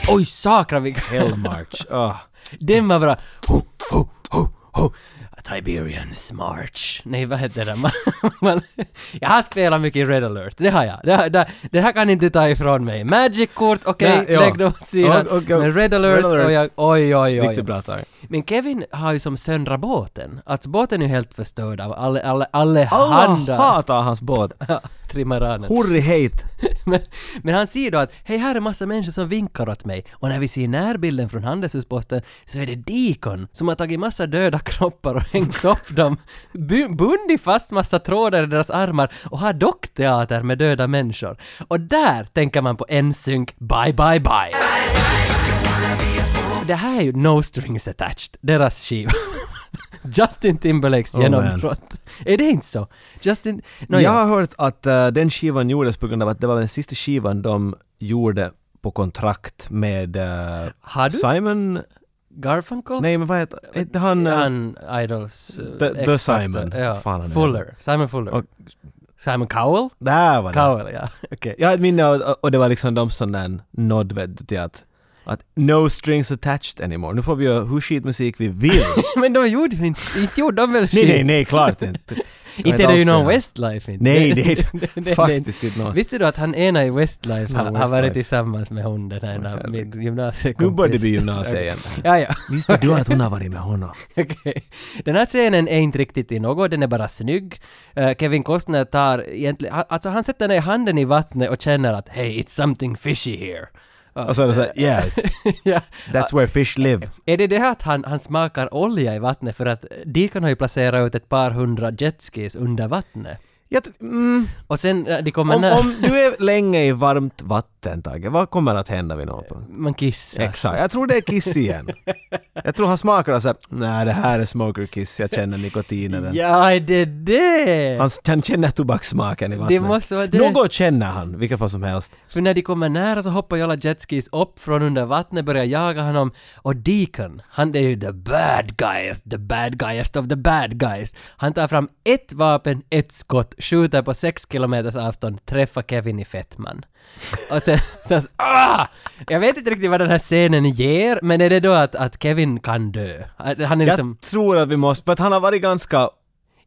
Speaker 2: Oj, sakra vilka...
Speaker 1: Hellmarch. Ah.
Speaker 2: Den var bra. Ho, ho, ho, ho. Tiberians March. Nej, vad hette den? Man, man, jag har spelat mycket i Red alert, det har jag. Det, har- det, det här kan ni inte ta ifrån mig. Magic-kort, okej,
Speaker 1: Nej, ja.
Speaker 2: lägg dem åt sidan.
Speaker 1: Och- och- och-
Speaker 2: Men Red alert,
Speaker 1: Red Alert.
Speaker 2: och jag, oj, oj, oj.
Speaker 1: Riktigt bra tag.
Speaker 2: Men Kevin har ju som söndrat båten. Att båten är ju helt förstörd av alla, alla, alla,
Speaker 1: Alla
Speaker 2: handa
Speaker 1: hatar hans båt.
Speaker 2: trimaranen.
Speaker 1: Hurri hate.
Speaker 2: Men, men han ser då att hej, här är massa människor som vinkar åt mig. Och när vi ser närbilden från handelshusposten så är det Deacon som har tagit massa döda kroppar och hängt upp dem, bu- bundit fast massa trådar i deras armar och har dockteater med döda människor. Och där tänker man på NSYNC, bye bye bye. Det här är ju No Strings Attached, deras skiva. Justin Timberlakes
Speaker 1: Oh,
Speaker 2: genombrott. Är det inte så? Justin... No,
Speaker 1: jag har hört att eh, den skivan gjordes på grund av att det var den sista skivan de gjorde på kontrakt med eh,
Speaker 2: Har du?
Speaker 1: Simon...
Speaker 2: Garfunkel?
Speaker 1: Nej men vad heter hette han? eh,
Speaker 2: Han, Idols... eh,
Speaker 1: The- The
Speaker 2: X-Factor.
Speaker 1: Simon.
Speaker 2: Ja.
Speaker 1: Fan, han är-
Speaker 2: Fuller. Simon Fuller.
Speaker 1: Och-
Speaker 2: Simon Cowell?
Speaker 1: Där var det!
Speaker 2: Cowell, ja. Okej.
Speaker 1: Jag har ett minne av, och det var liksom de som den nod vet, till att, att no strings attached anymore. Nu får vi göra hur skitmusik vi vill.
Speaker 2: Men de gjorde ju inte... Inte gjorde de väl
Speaker 1: nej,
Speaker 2: shit?
Speaker 1: nej, nej, klart inte. Jag vet
Speaker 2: Inte är det ju
Speaker 1: alls
Speaker 2: någon
Speaker 1: här.
Speaker 2: Westlife inte.
Speaker 1: Nej, det är faktiskt inte någon.
Speaker 2: Visste du att han ena i Westlife har, har varit
Speaker 1: Westlife.
Speaker 2: tillsammans med hon den här min gymnasiekompis?
Speaker 1: Nu börjar det bli gymnasiet igen.
Speaker 2: ja, ja.
Speaker 1: Visste du att hon har varit med honom?
Speaker 2: Okej. Den här scenen är inte riktigt i något, den är bara snygg. Eh, Kevin Costner tar egentligen, han- alltså han sätter ner handen i vattnet och känner att hey, it's something fishy here. Ja.
Speaker 1: Och så Alltså, är det såhär, yeah, it's-
Speaker 2: ja.
Speaker 1: that's where fish live.
Speaker 2: Är det det här att han, han smakar olja i vattnet för att Deacon har ju placerat ut ett par hundra jetskis under vattnet.
Speaker 1: Jag t- mm,
Speaker 2: Och sen eh, de kommer
Speaker 1: om,
Speaker 2: när
Speaker 1: om du är länge i varmt vatten, Tage, vad kommer att hända vid någon punkt?
Speaker 2: man kissar.
Speaker 1: Exakt, jag tror det är kiss igen. Jag tror han smakar såhär, nej det här är smoker kiss, jag känner nikotinen.
Speaker 2: Ja, är det det?
Speaker 1: Han, han känner tobakssmaken i vattnet.
Speaker 2: måste vara det.
Speaker 1: Något känner han, vilket fall som helst.
Speaker 2: För när de kommer nära så hoppar ju alla jetskis upp från under vattnet, börjar jaga honom. Och Deacon, han är ju the bad guyest, the bad guyest of the bad guys. Han tar fram ett vapen, ett skott, skjuter på sex kilometers avstånd, träffar Kevin i fettman. Och sen, sen ah! Jag vet inte riktigt vad den här scenen ger, men är det då att, att Kevin kan dö? Att Han är
Speaker 1: Jag
Speaker 2: liksom...
Speaker 1: tror att vi måste, för att han har varit ganska...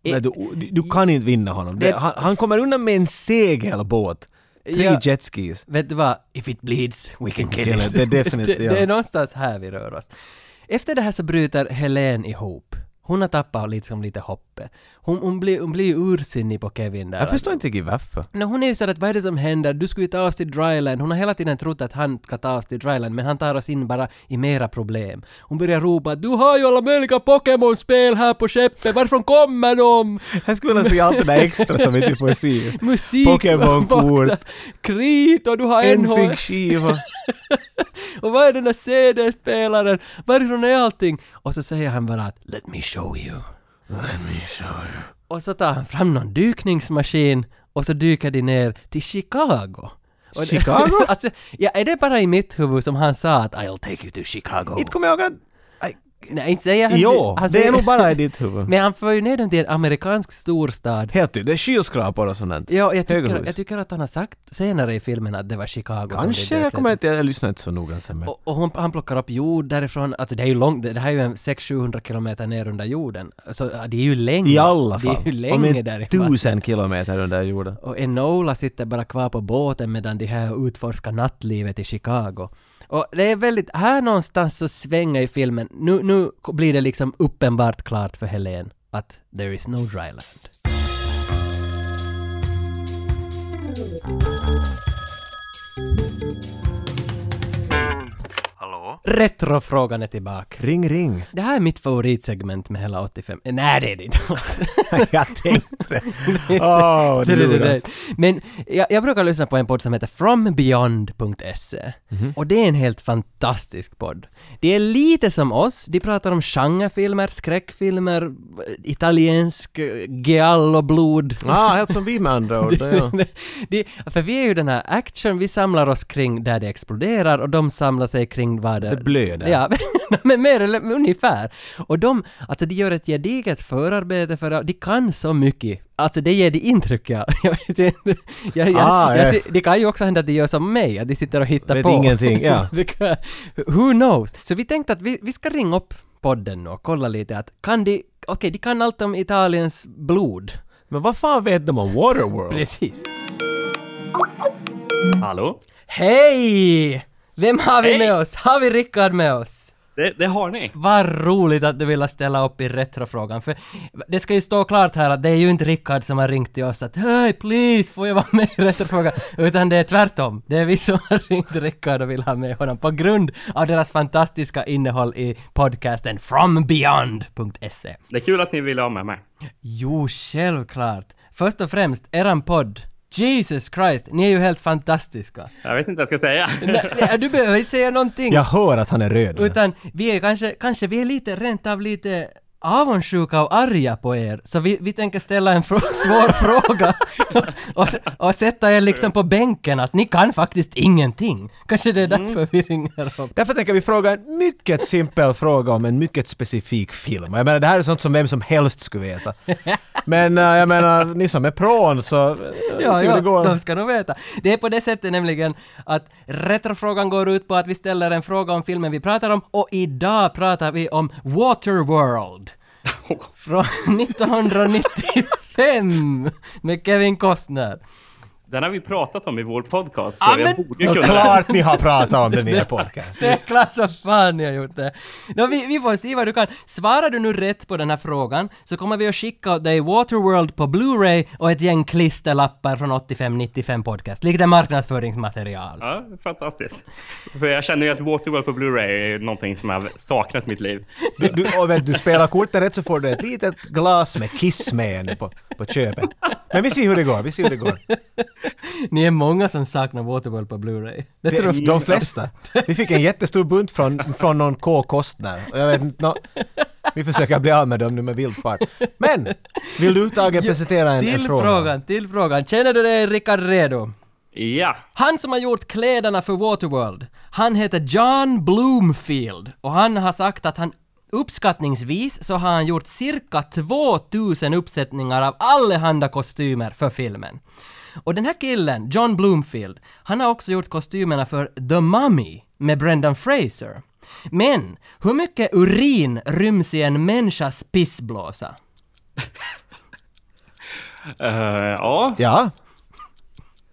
Speaker 1: Nej, du, du kan inte vinna honom. Det,
Speaker 2: Det-
Speaker 1: han, han kommer undan med en segelbåt. Tre
Speaker 2: Ja.
Speaker 1: jetskis.
Speaker 2: Vet du vad? If it bleeds, we can kill
Speaker 1: Kill
Speaker 2: it.
Speaker 1: it. Det är definitivt,
Speaker 2: det,
Speaker 1: ja.
Speaker 2: det är någonstans här vi rör oss. Efter det här så bryter Helene ihop. Hon har tappat liksom lite hoppet. Hon, hon blir hon blir ju ursinnig på Kevin där.
Speaker 1: Jag förstår inte riktigt varför.
Speaker 2: Nej, hon är ju sådär att vad är det som händer? Du skulle ju ta oss till Dryland. Hon har hela tiden trott att han ska ta oss till Dryland, men han tar oss in bara i mera problem. Hon börjar ropa du har ju alla möjliga Pokémon-spel här på skeppet, varifrån kommer de?
Speaker 1: Jag skulle vilja se allt det där extra som vi inte får se.
Speaker 2: Musik,
Speaker 1: Pokémon-kort,
Speaker 2: krit och du har en
Speaker 1: ensigskiva.
Speaker 2: Och vad är den där CD-spelaren? Varifrån är allting? Och så säger han bara att “Let me show you”. Och så tar han fram någon dykningsmaskin och så dyker de ner till Chicago. Och det-
Speaker 1: Chicago?
Speaker 2: alltså, ja, är det bara i mitt huvud som han sa att “I'll take you to Chicago”?
Speaker 1: Inte kommer jag ihåg att... Aj,
Speaker 2: Nej, inte säger han
Speaker 1: Jo,
Speaker 2: han
Speaker 1: det
Speaker 2: säger-
Speaker 1: är nog bara i ditt huvud.
Speaker 2: Men han för ju ner dem till en amerikansk storstad.
Speaker 1: Helt tydligt, det är skyskrapor och sånt där.
Speaker 2: Ja, jag tycker,
Speaker 1: Högerhus.
Speaker 2: jag tycker att han har sagt senare i filmen att det var Chicago som det
Speaker 1: Kanske,
Speaker 2: dök
Speaker 1: jag kommer
Speaker 2: ner.
Speaker 1: inte... Jag lyssnar inte så noggrant sen men...
Speaker 2: Och, och hon, han plockar upp jord därifrån, alltså det är ju långt, det det här är ju en 600-700 kilometer ner under jorden. Så ja, det är ju länge.
Speaker 1: I alla fall.
Speaker 2: Det är ju
Speaker 1: Om
Speaker 2: länge
Speaker 1: en
Speaker 2: därifrån.
Speaker 1: tusen kilometer under jorden.
Speaker 2: Och Enola sitter bara kvar på båten medan de här utforskar nattlivet i Chicago. Och det är väldigt, här någonstans så svänger ju filmen, nu, nu blir det liksom uppenbart klart för Helen att there is no dryland. Hallå? Retrofrågan är tillbaka.
Speaker 1: Ring, ring.
Speaker 2: Det här är mitt favoritsegment med hela 85. Nej, det är det inte alls.
Speaker 1: jag tänkte... Åh, alltså.
Speaker 2: Det,
Speaker 1: det
Speaker 2: det, det, det.
Speaker 1: luras.
Speaker 2: Men jag, jag brukar lyssna på en podd som heter frombeyond.se och det är en helt fantastisk podd. Det är lite som oss, de pratar om genrefilmer, skräckfilmer, italiensk eh, giallo-blod.
Speaker 1: ah, helt som vi med andra ord. det, Ja.
Speaker 2: Det- för vi är ju den här action, vi samlar oss kring där det exploderar och de samlar sig kring vad det...
Speaker 1: Det blöder.
Speaker 2: Ja, men mer eller men ungefär. Och de, alltså de gör ett gediget förarbete för att de kan så mycket. Alltså det ger de intryck jag. Jag vet inte. Jag, jag,
Speaker 1: Ah,
Speaker 2: jag,
Speaker 1: ja.
Speaker 2: ser- det kan ju också hända att de gör som mig, att de sitter och hittar
Speaker 1: Vet
Speaker 2: på.
Speaker 1: ingenting, ja.
Speaker 2: Det kan- Who knows? Så vi tänkte att vi, vi ska ringa upp podden nu och kolla lite att kan de, okej de kan allt om Italiens blod.
Speaker 1: Men vad fan vet de om Waterworld?
Speaker 2: Precis. Hallå? Hej! Vem har vi med oss? Har vi Rickard med oss?
Speaker 9: Det, det har ni.
Speaker 2: Vad roligt att du ville ställa upp i retrofrågan, för det ska ju stå klart här att det är ju inte Rickard som har ringt till oss att ”Hej, please, får jag vara med i retrofrågan?” utan det är tvärtom. Det är vi som har ringt Rickard och vill ha med honom på grund av deras fantastiska innehåll i podcasten frombeyond.se.
Speaker 9: Det är kul att ni ville ha med mig.
Speaker 2: Jo, självklart. Först och främst, eran podd. Jesus Christ, ni är ju helt fantastiska.
Speaker 9: Jag vet inte vad jag ska säga.
Speaker 2: Nej, nej, du behöver inte säga någonting.
Speaker 1: Jag hör att han är röd.
Speaker 2: Utan vi är kanske, kanske vi är lite, rent av lite avundsjuka och arga på er, så vi, vi tänker ställa en frå- svår fråga och, och sätta er liksom på bänken att ni kan faktiskt ingenting. Kanske det är därför vi ringer upp.
Speaker 1: Därför tänker vi fråga en mycket simpel fråga om en mycket specifik film. Och Jag menar, det här är sånt som vem som helst skulle veta. Men eh, jag menar, ni som är prån så... eh,
Speaker 2: Ja,
Speaker 1: se hur
Speaker 2: ja,
Speaker 1: det går.
Speaker 2: de ska nog veta. Det är på det sättet nämligen att retrofrågan går ut på att vi ställer en fråga om filmen vi pratar om och idag pratar vi om Waterworld. Från 1995 med Kevin Costner.
Speaker 9: Den har vi pratat om i vår podcast, så
Speaker 2: Ja, men-
Speaker 9: jag borde
Speaker 1: Ja,
Speaker 9: kunna...
Speaker 1: klart ni har pratat om den i er podcast.
Speaker 2: Det är klart som fan jag har gjort det. Nå, vi, vi får se vad du kan. Svarar du nu rätt på den här frågan så kommer vi att skicka åt dig Waterworld på Blu-ray och ett gäng klisterlappar från 85-95 podcast. Lite marknadsföringsmaterial.
Speaker 9: Ja, fantastiskt. För jag känner ju att Waterworld på Blu-ray är någonting som jag har saknat i mitt liv. Så,
Speaker 1: Du, du, och vet, du spelar korten ännu så får du ett litet glas med kiss med en på, på köpet. Men vi ser hur det går, vi ser hur det går.
Speaker 2: Ni är många som saknar Waterworld på Blu-ray. Det tror
Speaker 1: Det, de flesta. Vi fick en jättestor bunt från, från någon K-kostnär. Och jag vet inte, nå- vi försöker bli av med dem nu med vild fart. Men! Vill du Tage presentera en, en
Speaker 2: Till
Speaker 1: fråga?
Speaker 2: frågan, till frågan. Känner du dig Rickard redo?
Speaker 9: ja,
Speaker 2: Han som har gjort kläderna för Waterworld, han heter John Bloomfield och han har sagt att han uppskattningsvis så har han gjort cirka 2000 uppsättningar av allehanda kostymer för filmen. Och den här killen, John Bloomfield, han har också gjort kostymerna för The Mummy med Brendan Fraser. Men, hur mycket urin ryms i en människas pissblåsa?
Speaker 9: eh, ja.
Speaker 1: Ja.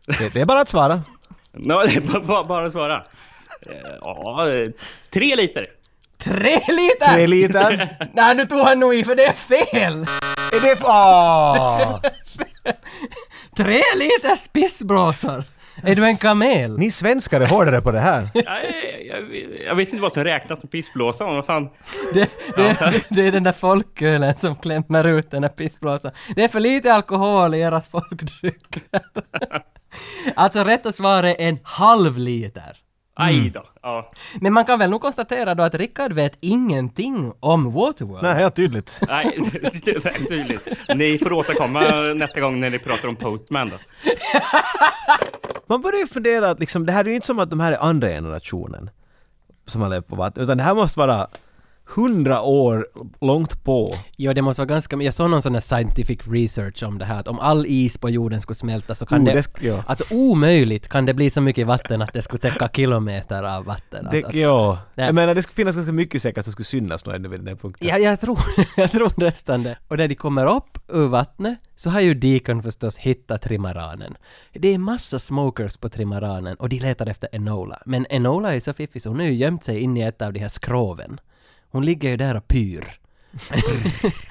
Speaker 1: Det, det är bara att svara.
Speaker 9: Nå, det är bara, bara, bara att svara. Eh, Ja, eh, tre liter.
Speaker 2: Tre liter!
Speaker 1: Tre liter.
Speaker 2: Nej, nu tog han nog i för det är fel!
Speaker 1: Är det... Ah! Åh!
Speaker 2: Tre liters pissblåsor! Är du en kamel?
Speaker 1: Ni svenskar är hårdare på det här.
Speaker 9: Nej, jag, jag vet inte vad som räknas som pissblåsa. men Vad fan?
Speaker 2: Det, det, det är den där folkölen som klämmer ut den där pissblåsan. Det är för lite alkohol i era folkdrycker. Alltså rätta svaret är en halv liter.
Speaker 9: Aj då. Ja.
Speaker 2: Men man kan väl nog konstatera då att Rickard vet ingenting om Waterworld.
Speaker 1: Nej, helt tydligt.
Speaker 9: Nej, det är väldigt tydligt. Ni får återkomma nästa gång när ni pratar om Postman då.
Speaker 1: Man börjar ju fundera att liksom, det här är ju inte som att de här är andra generationen som har levt på vatten, utan det här måste vara hundra år långt på.
Speaker 2: Jo, det måste vara ganska... Jag såg någon sån här scientific research om det här, att om all is på jorden skulle smälta så kan
Speaker 1: Oh,
Speaker 2: det...
Speaker 1: det sk- ja.
Speaker 2: Alltså omöjligt kan det bli så mycket vatten att det skulle täcka kilometer av vatten. Att-
Speaker 1: Det,
Speaker 2: att,
Speaker 1: ja.
Speaker 2: Nej.
Speaker 1: Jag menar, det skulle finnas ganska mycket säkert som skulle synas nog ännu vid den här punkten.
Speaker 2: Ja, jag tror, jag tror nästan det. Och när de kommer upp ur vattnet så har ju Deacon förstås hittat trimaranen. Det är massa smokers på trimaranen och de letar efter Enola. Men Enola är så fiffig så hon har ju gömt sig in i ett av de här skroven. Hon ligger ju där och pyr.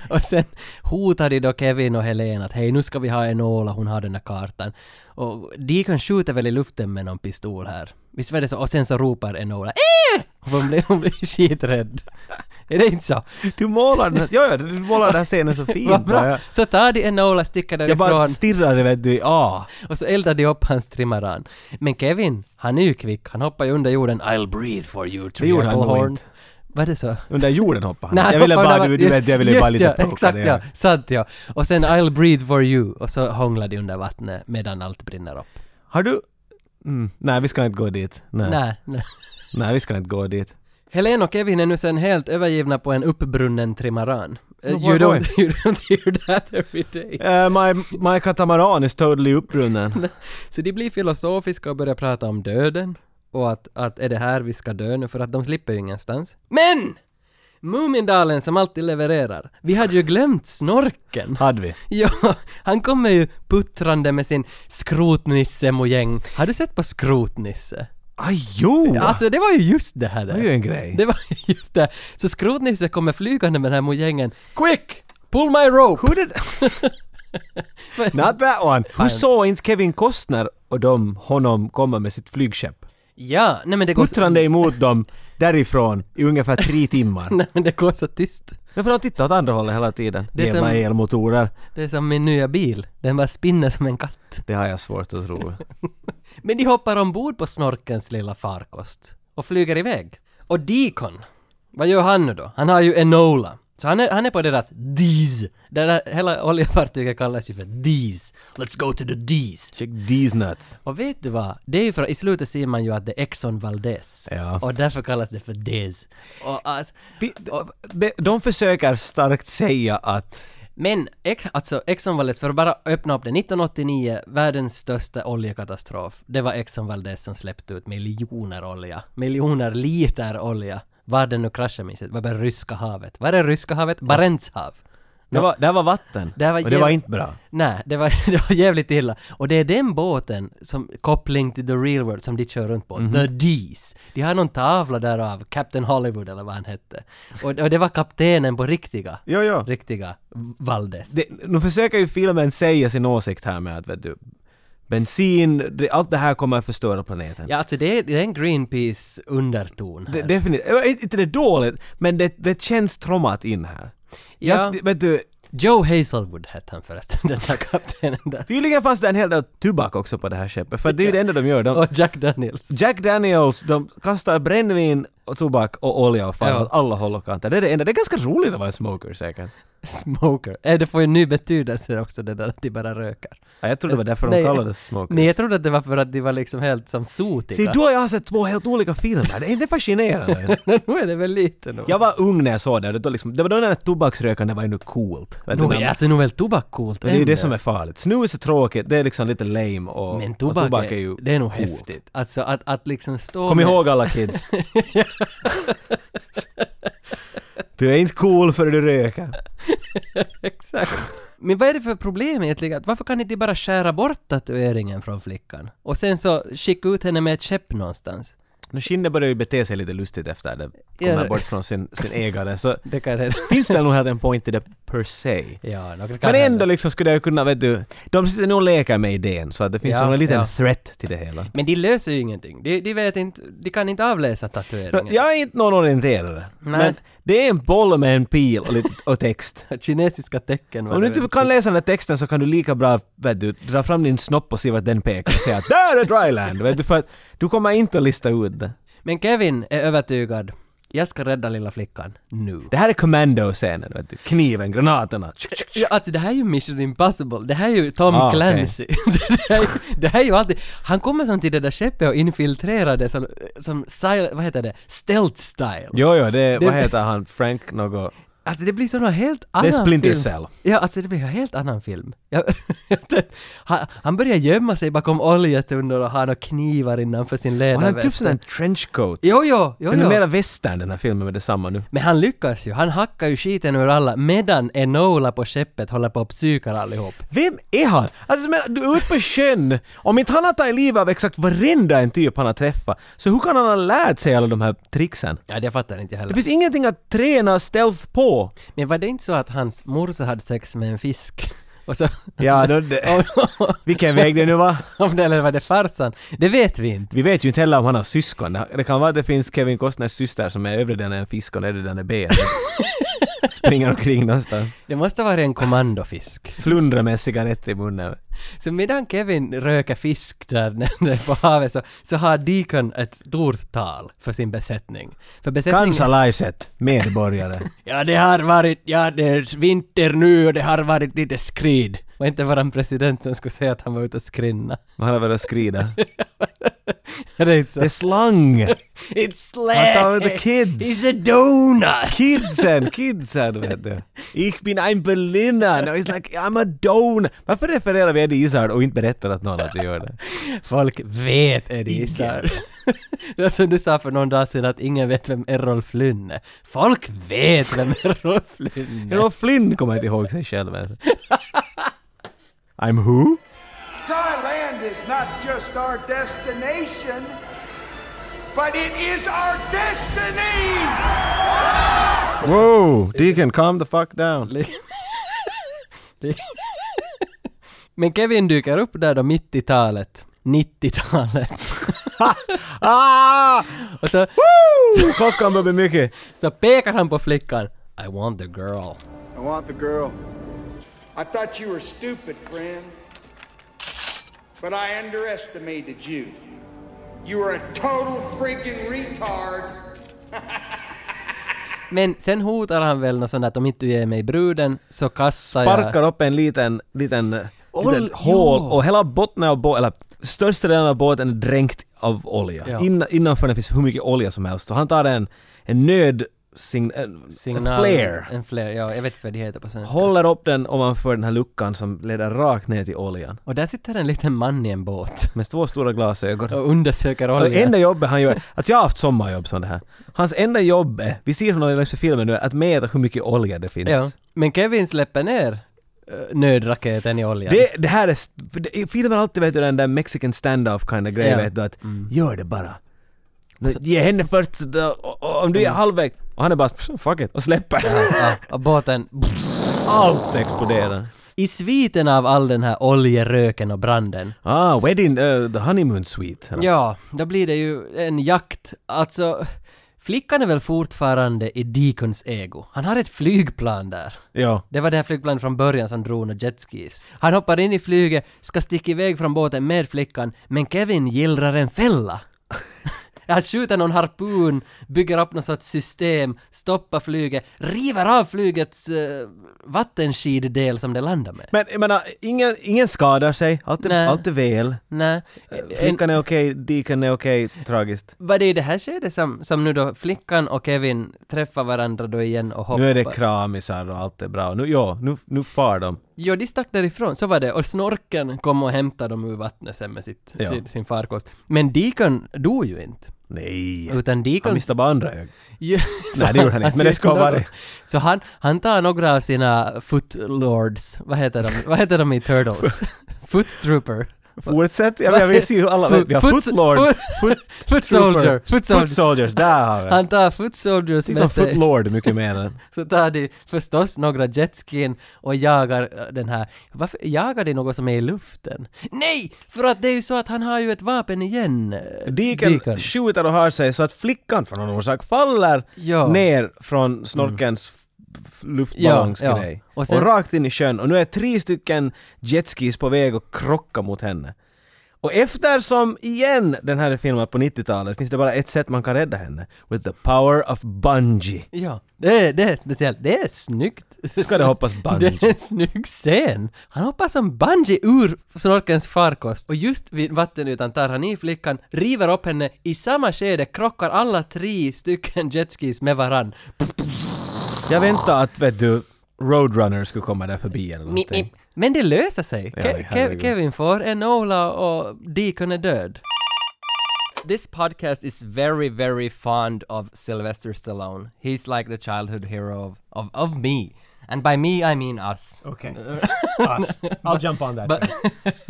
Speaker 2: och sen hotar de då Kevin och Helen att hej nu ska vi ha Enola, hon har den här kartan. Och Deacon skjuter väl i luften med någon pistol här. Visst var det så? Och sen så ropar Enola "Eh!" Och Hon blir, hon blir skiträdd. Är det inte så?
Speaker 1: Du målar den här, ja, ja, du målar den här scenen så fint.
Speaker 2: Vad
Speaker 1: va?
Speaker 2: bra!
Speaker 1: Jag,
Speaker 2: Så tar de Enola, sticker
Speaker 1: jag bara
Speaker 2: därifrån
Speaker 1: stirrade vet du, ah, ja.
Speaker 2: och så eldar de upp hans trimaran. Men Kevin, han är ju kvick, han hoppar ju under jorden. I'll breathe for you,
Speaker 1: gjorde han
Speaker 2: triangle
Speaker 1: nog
Speaker 2: horn.
Speaker 1: inte.
Speaker 2: Var det så?
Speaker 1: Under jorden hoppade
Speaker 2: Nej,
Speaker 1: han. Jag ville
Speaker 2: hoppar
Speaker 1: bara,
Speaker 2: under-
Speaker 1: du, du vet, jag ville
Speaker 2: just
Speaker 1: bara lite
Speaker 2: ja,
Speaker 1: poka
Speaker 2: Exakt
Speaker 1: det.
Speaker 2: ja, sant ja. Och sen I'll breathe for you och så hånglar de under vattnet medan allt brinner upp.
Speaker 1: Har du... Mm, nej, vi ska inte gå dit. Nej. nej.
Speaker 2: Nej, nej.
Speaker 1: vi ska inte gå dit.
Speaker 2: Helen och Kevin är nu sen helt övergivna på en uppbrunnen trimaran. Eh,
Speaker 1: No, boy,
Speaker 2: you,
Speaker 1: boy.
Speaker 2: don't, you don't do that every day.
Speaker 1: Eh, my, my katamaran is totally upprunnen.
Speaker 2: Så de blir filosofiska och börjar prata om döden och att, att är det här vi ska dö nu för att de slipper ju ingenstans. Men! Mumindalen som alltid levererar. Vi hade ju glömt snorken.
Speaker 1: Hade vi.
Speaker 2: Ja, han kommer ju puttrande med sin skrotnisse-mojäng. Har du sett på skrotnisse?
Speaker 1: Aj, Ah, jo!
Speaker 2: Alltså det var ju just det här där.
Speaker 1: Det är ju en grej.
Speaker 2: Det var just det. Så skrotnisse kommer flygande med den här mojängen. Quick! Pull my rope!
Speaker 1: Who did... Not that one. Hur såg inte Kevin Costner och de honom komma med sitt flygskepp?
Speaker 2: Ja, nej men det går... Så,
Speaker 1: Puttrande emot dem därifrån i ungefär tre timmar.
Speaker 2: nej men det går så tyst.
Speaker 1: Därför har de tittat åt andra hållet hela tiden.
Speaker 2: Det är
Speaker 1: Jävla
Speaker 2: som-
Speaker 1: elmotorer.
Speaker 2: Det är som min nya bil, den bara spinner som en katt.
Speaker 1: Det har jag svårt att tro.
Speaker 2: Men de hoppar ombord på snorkens lilla farkost och flyger iväg. Och Deacon, vad gör han nu då? Han har ju Enola. Så han är, han är på deras D's. Där hela oljefartyget kallas ju för D's. Let's go to the D's.
Speaker 1: Check these nuts.
Speaker 2: Och vet du vad? Det är ju för i slutet ser man ju att det är Exxon Valdez.
Speaker 1: Ja.
Speaker 2: Och därför kallas det för D's. Och, alltså,
Speaker 1: Vi, de, de försöker starkt säga att
Speaker 2: Men ex, alltså Exxon Valdez, för att bara öppna upp det, 1989, världens största oljekatastrof. Det var Exxon Valdez som släppte ut miljoner olja. Miljoner liter olja. Var den nu kraschade minns jag inte. Det var bara Ryska havet. Var är Ryska havet? Barentshav.
Speaker 1: det var, det var vatten.
Speaker 2: Det här var
Speaker 1: och det
Speaker 2: jäv-
Speaker 1: var inte bra.
Speaker 2: Nej, det var, det var jävligt illa. Och det är den båten, som koppling till the real world, som de kör runt på.
Speaker 1: Mhm.
Speaker 2: The D's. De har någon tavla där av Captain Hollywood eller vad han hette. Och, och det var kaptenen på riktiga,
Speaker 1: Jo, jo.
Speaker 2: riktiga Valdes.
Speaker 1: Det, nu försöker ju filmen säga sin åsikt här med att vet du, bensin, det, allt det här kommer att förstöra planeten.
Speaker 2: Ja, alltså det är, det är en Greenpeace-underton här.
Speaker 1: Det, definitivt. Ja, Inte inte det är dåligt, men det, det känns traumat in här.
Speaker 2: ja,
Speaker 1: Jag, vet du,
Speaker 2: Joe Hazelwood hette han förresten, den där kaptenen där.
Speaker 1: tydligen fanns det en hel del tobak också på det här skeppet, för det är ju det enda de gör. De,
Speaker 2: Och Jack Daniels.
Speaker 1: Jack Daniels, de kastar brännvin och tobak och olja och fan
Speaker 2: Ja.
Speaker 1: åt alla håll och kanter. Det är det enda. Det är ganska roligt att vara en smoker säkert.
Speaker 2: Smoker. Äh, det får ju en ny betydelse också det där att de bara röker.
Speaker 1: Ja, jag trodde det var därför de
Speaker 2: Nej.
Speaker 1: kallades smoker.
Speaker 2: Nej, jag trodde att det var för att de var liksom helt som
Speaker 1: Se,
Speaker 2: sotiga.
Speaker 1: då har jag sett två helt olika filmer. Det är inte fascinerande.
Speaker 2: nu är det väl lite nog.
Speaker 1: Jag var ung när jag såg det. Det, var liksom, det var då när tobaksrökande var ännu coolt. Vet du,
Speaker 2: Nå,
Speaker 1: när-
Speaker 2: är alltså nog väl tobak coolt
Speaker 1: men det är ju
Speaker 2: ännu.
Speaker 1: det som är farligt. Snus är tråkigt, det är liksom lite lame och
Speaker 2: Men
Speaker 1: och
Speaker 2: tobak,
Speaker 1: tobak
Speaker 2: är,
Speaker 1: ju
Speaker 2: det är nog
Speaker 1: coolt.
Speaker 2: häftigt. Alltså att, att liksom stå
Speaker 1: Kom
Speaker 2: med-
Speaker 1: ihåg alla kids. du är inte cool för du röker.
Speaker 2: Exakt. Men vad är det för problem egentligen? Att Varför kan inte bara skära bort tatueringen från flickan? Och sen så skicka ut henne med ett skepp någonstans.
Speaker 1: Nu Shinne börjar ju bete sig lite lustigt efter det. Kommer
Speaker 2: Ja.
Speaker 1: bort från sin, sin ägare. Så
Speaker 2: Det kan redan...
Speaker 1: finns väl nog helt en point i det per se.
Speaker 2: Ja, något kan
Speaker 1: Men ändå
Speaker 2: hända.
Speaker 1: liksom skulle jag kunna, vet du, de sitter nog och leker med idén så att det finns
Speaker 2: Ja,
Speaker 1: nog en liten
Speaker 2: ja.
Speaker 1: threat till det hela.
Speaker 2: Men de löser ju ingenting. De, de vet inte... De kan inte avläsa tatueringen.
Speaker 1: Jag är inte någon orienterare.
Speaker 2: Mm. Nej.
Speaker 1: Men det är en boll med en pil och, lite, och text.
Speaker 2: Kinesiska tecken. vad
Speaker 1: Om du
Speaker 2: det
Speaker 1: inte
Speaker 2: är.
Speaker 1: kan läsa den här texten så kan du lika bra, vet du, dra fram din snopp och se vart den pekar och säga att där är dryland! Vet du, för att du kommer inte att lista ut det.
Speaker 2: Men Kevin är övertygad. Jag ska rädda lilla flickan. Nu.
Speaker 1: Det här är commando-scenen, vet du. Kniven, granaterna. tsk, tsk, tsk.
Speaker 2: Ja, alltså det här är ju Mission Impossible, det här är ju Tom
Speaker 1: Ah, okej.
Speaker 2: Clancy. det, här, är- det här är ju alltid... Han kommer som till det där skeppet och infiltrerar det som, som sil- vad heter det, stealth style.
Speaker 1: Jo, jo, det, är-
Speaker 2: Det-
Speaker 1: vad heter han, Frank något?
Speaker 2: Alltså det blir som någon helt annan
Speaker 1: Splinter
Speaker 2: film.
Speaker 1: Cell.
Speaker 2: Ja, alltså det blir en helt annan film. Ja, han, han börjar gömma sig bakom oljetunnor och har några knivar innanför sin
Speaker 1: Och Han har
Speaker 2: ledarväst.
Speaker 1: typ sån här trenchcoat.
Speaker 2: Jo, jo, jo,
Speaker 1: Den är
Speaker 2: jo.
Speaker 1: mera västern den här filmen med detsamma nu.
Speaker 2: Men han lyckas ju, han hackar ju skiten ur alla medan Enola på skeppet håller på och psykar allihop.
Speaker 1: Vem är han? Alltså men, du är ute på sjön, om inte han har tagit livet av exakt varenda en typ han har träffat, så hur kan han ha lärt sig alla de här tricksen?
Speaker 2: Ja, det fattar inte jag heller.
Speaker 1: Det finns ingenting att träna stealth på.
Speaker 2: Men var det inte så att hans morsa hade sex med en fisk? Och så...
Speaker 1: Ja, då, det, vilken väg det nu var.
Speaker 2: om det, eller var det farsan? Det vet vi inte.
Speaker 1: Vi vet ju inte heller om han har syskon. Det kan vara att det finns Kevin Costners syster som är övre delen är en fisk och nedre delen är ben. Springer omkring någonstans.
Speaker 2: Det måste ha varit en kommandofisk.
Speaker 1: Flundrar med en cigarett i munnen.
Speaker 2: Så medan Kevin röker fisk där nere på havet så, så har Deacon ett stort tal för sin besättning. För besättningen...
Speaker 1: Kansalaiset, medborgare.
Speaker 2: Ja, det har varit... Ja, det är vinter nu och det har varit lite skrid. Och inte vara en president som skulle säga att han var ute och skrinna.
Speaker 1: Han har börjat skrida.
Speaker 2: det är inte så...
Speaker 1: Det är slang!
Speaker 2: It's
Speaker 1: Han
Speaker 2: slack!
Speaker 1: tar the kids!
Speaker 2: He's a donut!
Speaker 1: Kidsen, kidsen vet du. Ich bin ein Berliner, no, it's like I'm a don. Varför refererar vi Eddie Izzard och inte berättar att någon att vi gör det?
Speaker 2: Folk vet Eddie Izzard. Det var som du sa för någon dag sedan att ingen vet vem Errol Flynn är. Folk vet vem Errol Flynn är.
Speaker 1: Errol Flynn kommer inte ihåg sig själv än. I'm who?
Speaker 5: Thailand is not just our destination, but it is our destiny!
Speaker 1: Wow! Deacon, calm the fuck down.
Speaker 2: Men Kevin dyker upp där då mitt i talet. 90-talet.
Speaker 1: Ah!
Speaker 2: Och så,
Speaker 1: Klockan börjar bli mycket.
Speaker 2: så pekar han på flickan. I want the girl.
Speaker 7: I want the girl. I thought you were stupid, friend.
Speaker 5: But I underestimated you. You were a total freaking retard.
Speaker 2: Men sen hotar han väl något sånt att om inte du ger mig bruden så kastar jag...
Speaker 1: Sparkar upp en liten, liten,
Speaker 2: Ol-
Speaker 1: liten hål
Speaker 2: ja.
Speaker 1: och hela botten av båten, eller största delen av båten är dränkt av olja.
Speaker 2: Ja.
Speaker 1: Inna, innanför den finns hur mycket olja som helst. Och han tar en, en nöd... Sign, en,
Speaker 2: Signal-
Speaker 1: en flare.
Speaker 2: En flare, ja. Jag vet inte vad det heter på svenska.
Speaker 1: Håller upp den ovanför den här luckan som leder rakt ner till oljan.
Speaker 2: Och där sitter en liten man i en båt
Speaker 1: Med två stora glasögon.
Speaker 2: och undersöker
Speaker 1: Och
Speaker 2: olja.
Speaker 1: enda jobbet han gör, alltså jag har haft sommarjobb sånt här. Hans enda jobb, är- vi ser honom i filmen nu, att mäta hur mycket olja det finns.
Speaker 2: Ja. Men Kevin släpper ner eh, nödraketen i oljan.
Speaker 1: Det, det här är, st- för det- filmen har alltid vet du den där mexican standoff kind of grej
Speaker 2: Ja. Alltså-
Speaker 1: vet du att gör det bara. Nu, Ge henne först så då- och, och, om du är
Speaker 2: Mm.
Speaker 1: halvvägs. Och han är bara fuck it och släpper.
Speaker 2: Ja, Ah, och båten...
Speaker 1: Allt exploderar.
Speaker 2: I sviten av all den här oljeröken och branden.
Speaker 1: Ah, wedding, eh, the honeymoon suite. eller?
Speaker 2: Ja, då blir det ju en jakt. Alltså, flickan är väl fortfarande i Deacons ego. Han har ett flygplan där.
Speaker 1: ja.
Speaker 2: Det var det här flygplanet från början som drog några jetskis. Han hoppar in i flyget, ska sticka iväg från båten med flickan, men Kevin gillrar en fälla. Han skjuter någon harpun, bygger upp något sorts system, stoppar flyget, river av flygets uh, vattenskiddel som det landar med.
Speaker 1: Men jag menar, ingen, ingen skadar sig, allt är,
Speaker 2: Nej.
Speaker 1: allt är väl.
Speaker 2: Nej. en-
Speaker 1: Eh, Flickan är okej, diken är okej, tragiskt.
Speaker 2: Var det i det här skedet som, som nu då flickan och Kevin träffar varandra då igen och hoppar?
Speaker 1: Nu är det kramisar och allt är bra. Nu, ja, nu, nu far de.
Speaker 2: Jo, de stack därifrån, så var det. Och snorken kom och hämtade dem ur vattnet sen med sitt,
Speaker 1: Ja.
Speaker 2: sin, sin farkost. Men Deacon dog ju inte.
Speaker 1: Nej.
Speaker 2: Utan
Speaker 1: Han
Speaker 2: Deacon...
Speaker 1: missade bara andra ögat.
Speaker 2: Ja, så
Speaker 1: det gjorde han inte, men det ska ha varit.
Speaker 2: Så han, han tar några av sina footlords, vad heter de, vad heter de i Turtles? Foot trooper.
Speaker 1: Fortsätt, jag, jag vill se hur alla...
Speaker 2: Foot-
Speaker 1: Vi har
Speaker 2: foot-
Speaker 1: Footlord,
Speaker 2: foot-
Speaker 1: Foot, Trooper,
Speaker 2: Foot soldier. Foot soldier.
Speaker 1: foot Soldiers, där har vi det.
Speaker 2: Han tar foot soldiers
Speaker 1: Titta
Speaker 2: med sig.
Speaker 1: Footlord mycket mer än...
Speaker 2: Så tar de förstås några jetskin och jagar eh, den här... Varför jagar de något som är i luften? Nej! För att det är ju så att han har ju ett vapen igen. eh,
Speaker 1: Diken skjuter och har sig så att flickan för någon orsak faller
Speaker 2: Ja. Mm.
Speaker 1: ner från snorkens f- luftballongsgrej.
Speaker 2: Ja, ja.
Speaker 1: Och,
Speaker 2: Och sen-
Speaker 1: rakt in i sjön och nu är tre stycken jetskis på väg och krockar mot henne. Och eftersom, igen, den här är filmad på 90-talet finns det bara ett sätt man kan rädda henne. With the power of bungee.
Speaker 2: Ja, det är, det är speciellt. Det är snyggt.
Speaker 1: Ska det hoppas bungee?
Speaker 2: Det är en snygg scen. Han hoppar som bungee ur snorkens farkost. Och just vid vattenytan tar han i flickan, river upp henne. I samma skede krockar alla tre stycken jetskis med varann.
Speaker 1: Jag väntar att, vet du, Roadrunner skulle komma där förbi eller någonting.
Speaker 2: Men det löser sig.
Speaker 1: Ja,
Speaker 2: Ke- Ke-
Speaker 1: herregud.
Speaker 2: Kevin får Enola och Deacon är död. This podcast is very, very fond of Sylvester Stallone. He's like the childhood hero of, of, of me. And by me, I mean us.
Speaker 1: Okej. Us. I'll jump on that.
Speaker 2: But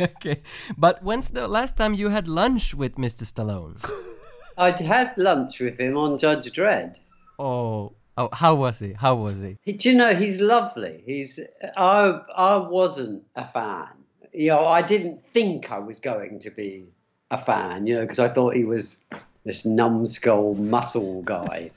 Speaker 2: okay. But when's the last time you had lunch with Mr. Stallone?
Speaker 3: I'd had lunch with him on Judge Dredd.
Speaker 2: Oh, oh, how was he? How was he?
Speaker 3: Do you know he's lovely? He's I I wasn't a fan. You know, I didn't think I was going to be a fan. You know, because I thought he was this numbskull muscle guy,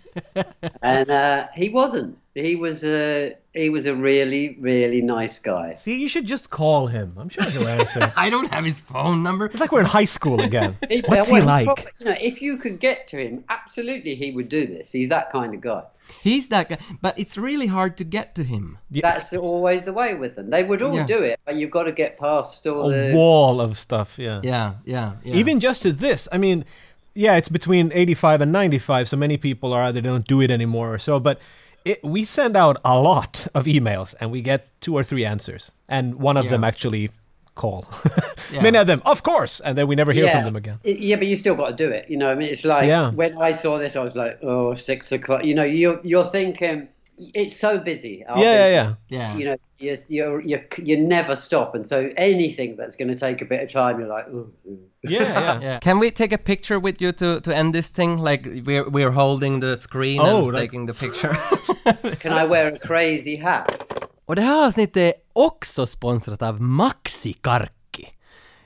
Speaker 3: and uh, he wasn't. He was a he was a really really nice guy.
Speaker 1: See, you should just call him. I'm sure he'll answer.
Speaker 2: I don't have his phone number.
Speaker 1: It's like we're in high school again.
Speaker 3: He- uh,
Speaker 1: What's
Speaker 3: well,
Speaker 1: he like?
Speaker 3: prob- You know, if you could get to him, absolutely he would do this. He's that kind of guy.
Speaker 2: He's that guy, but it's really hard to get to him.
Speaker 3: That's always the way with them. They would all
Speaker 2: Yeah.
Speaker 3: do it, but you've got to get past all
Speaker 1: a
Speaker 3: the.
Speaker 1: wall of stuff. Yeah.
Speaker 2: Yeah, yeah, yeah.
Speaker 1: Even just to this, I mean, yeah, it's between 85 and 95, so many people are either don't do it anymore or so, but it, we send out a lot of emails and we get two or three answers, and one of
Speaker 2: Yeah.
Speaker 1: them actually call.
Speaker 2: Yeah.
Speaker 1: Many of them, of course, and then we never hear
Speaker 3: yeah.
Speaker 1: from them again.
Speaker 3: I- Yeah, but you still got to do it. You know, I mean, it's like
Speaker 1: Yeah.
Speaker 3: when I saw this, I was like, oh, six o'clock. You know, you're you're thinking it's so busy. our
Speaker 1: Yeah, yeah,
Speaker 3: business.
Speaker 2: yeah. Yeah.
Speaker 3: You know, you you you you never stop, and so anything that's going to take a bit of time, you're like, oh.
Speaker 1: Yeah, yeah.
Speaker 2: Yeah. Can we take a picture with you to, to end this thing? Like we're we're holding the screen
Speaker 1: Oh,
Speaker 2: and
Speaker 1: right.
Speaker 2: taking the picture.
Speaker 3: can I wear a crazy hat?
Speaker 2: Och det här avsnittet är också sponsrat av Maxi Karkki.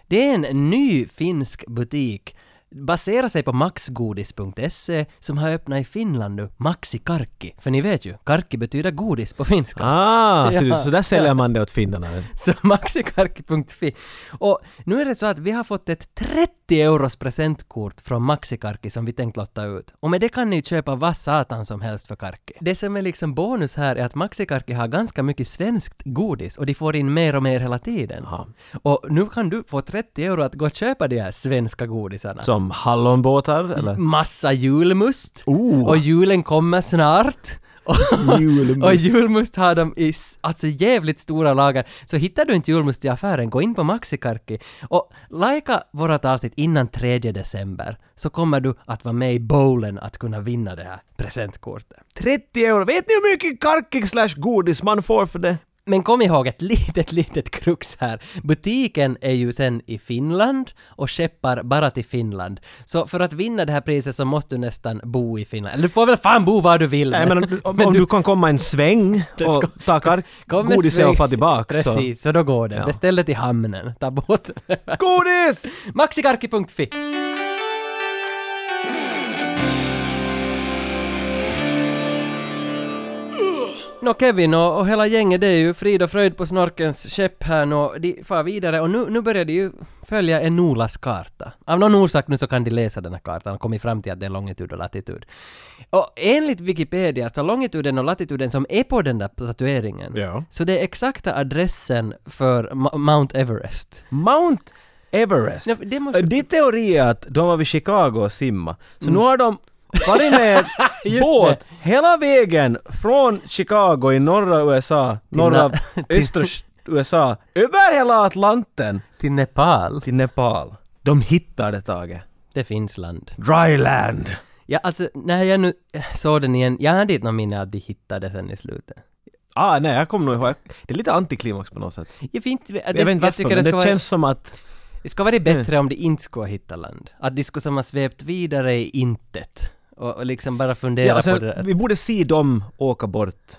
Speaker 2: Det är en ny finsk butik baserar sig på maxgodis.se E, som har öppnat i Finland nu, Maxi Karkki. För ni vet ju, karkki betyder godis på finska.
Speaker 1: Ah, så,
Speaker 2: Ja,
Speaker 1: så där säljer
Speaker 2: ja.
Speaker 1: man det åt finnarna. vet du.
Speaker 2: Så maxikarki.fi. Och nu är det så att vi har fått ett 30 euros presentkort från Maxikarki som vi tänkt lotta ut. Och med det kan ni köpa vad satan som helst för karki. Det som är liksom bonus här är att Maxikarki har ganska mycket svenskt godis och de får in mer och mer hela tiden. Och nu kan du få 30 euro att gå och köpa de här svenska godisarna.
Speaker 1: Som hallonbåtar eller?
Speaker 2: Massa julmust.
Speaker 1: Oh.
Speaker 2: Och julen kommer snart. Och-
Speaker 1: Julmust.
Speaker 2: Och julmust har de i s- alltså jävligt stora lager. Så hittar du inte julmust i affären, gå in på Maxikarki och lajka vårat avsnitt innan 3 december så kommer du att vara med i bowlen att kunna vinna det här presentkortet.
Speaker 1: 30 euro. Vet ni hur mycket karkig slash godis man får för det?
Speaker 2: Men kom ihåg ett litet, litet krux här. Butiken är ju sen i Finland och skeppar bara till Finland. Så för att vinna det här priset så måste du nästan bo i Finland. Eller du får väl fan bo var du vill!
Speaker 1: Nej, men om, om du, kan komma en sväng och ta kark,
Speaker 2: Kom med
Speaker 1: godis
Speaker 2: sväng.
Speaker 1: och få tillbaka. så-
Speaker 2: Precis, så. då går det.
Speaker 1: Ja.
Speaker 2: Beställ det till hamnen. Ta båten.
Speaker 1: Godis!
Speaker 2: Maxikarki.fi Nå Kevin och, och hela gänget det är ju frid och fröjd på snorkens skepp här nu. De far vidare och nu, nu börjar de ju följa Enolas karta. Av någon orsak nu så kan de läsa den här kartan och kommit fram till att det är longitud och latitud. Och enligt Wikipedia så longituden och latituden som är på den där tatueringen,
Speaker 1: Ja.
Speaker 2: så det är exakta adressen för Ma- Mount Everest.
Speaker 1: Mount Everest. Äh,
Speaker 2: Ja, för det måste- Mm.
Speaker 1: Din teori är att de var vid Chicago och simma. Så nu har de varit med båt hela vägen från Chicago i norra USA, norra
Speaker 2: Na- till-
Speaker 1: östra USA, över hela Atlanten
Speaker 2: Till Nepal.
Speaker 1: till Nepal. De hittar det taget.
Speaker 2: Det finns land.
Speaker 1: Dryland.
Speaker 2: Ja, alltså när jag nu eh, såg den igen, jag hade inte något minne att de hittade den i slutet.
Speaker 1: Ah, nej, jag kommer nog ihåg. Det är lite antiklimax på något sätt.
Speaker 2: Jag, vet inte-
Speaker 1: Jag vet inte varför,
Speaker 2: tycker
Speaker 1: men
Speaker 2: det, ska
Speaker 1: det
Speaker 2: vara,
Speaker 1: känns som att...
Speaker 2: det ska vara
Speaker 1: Mm.
Speaker 2: bättre om de inte skulle ha hittat land. Att de skulle som ha svept vidare i intet. Och, och liksom bara fundera
Speaker 1: Ja, alltså,
Speaker 2: på det där.
Speaker 1: vi borde se dem åka bort.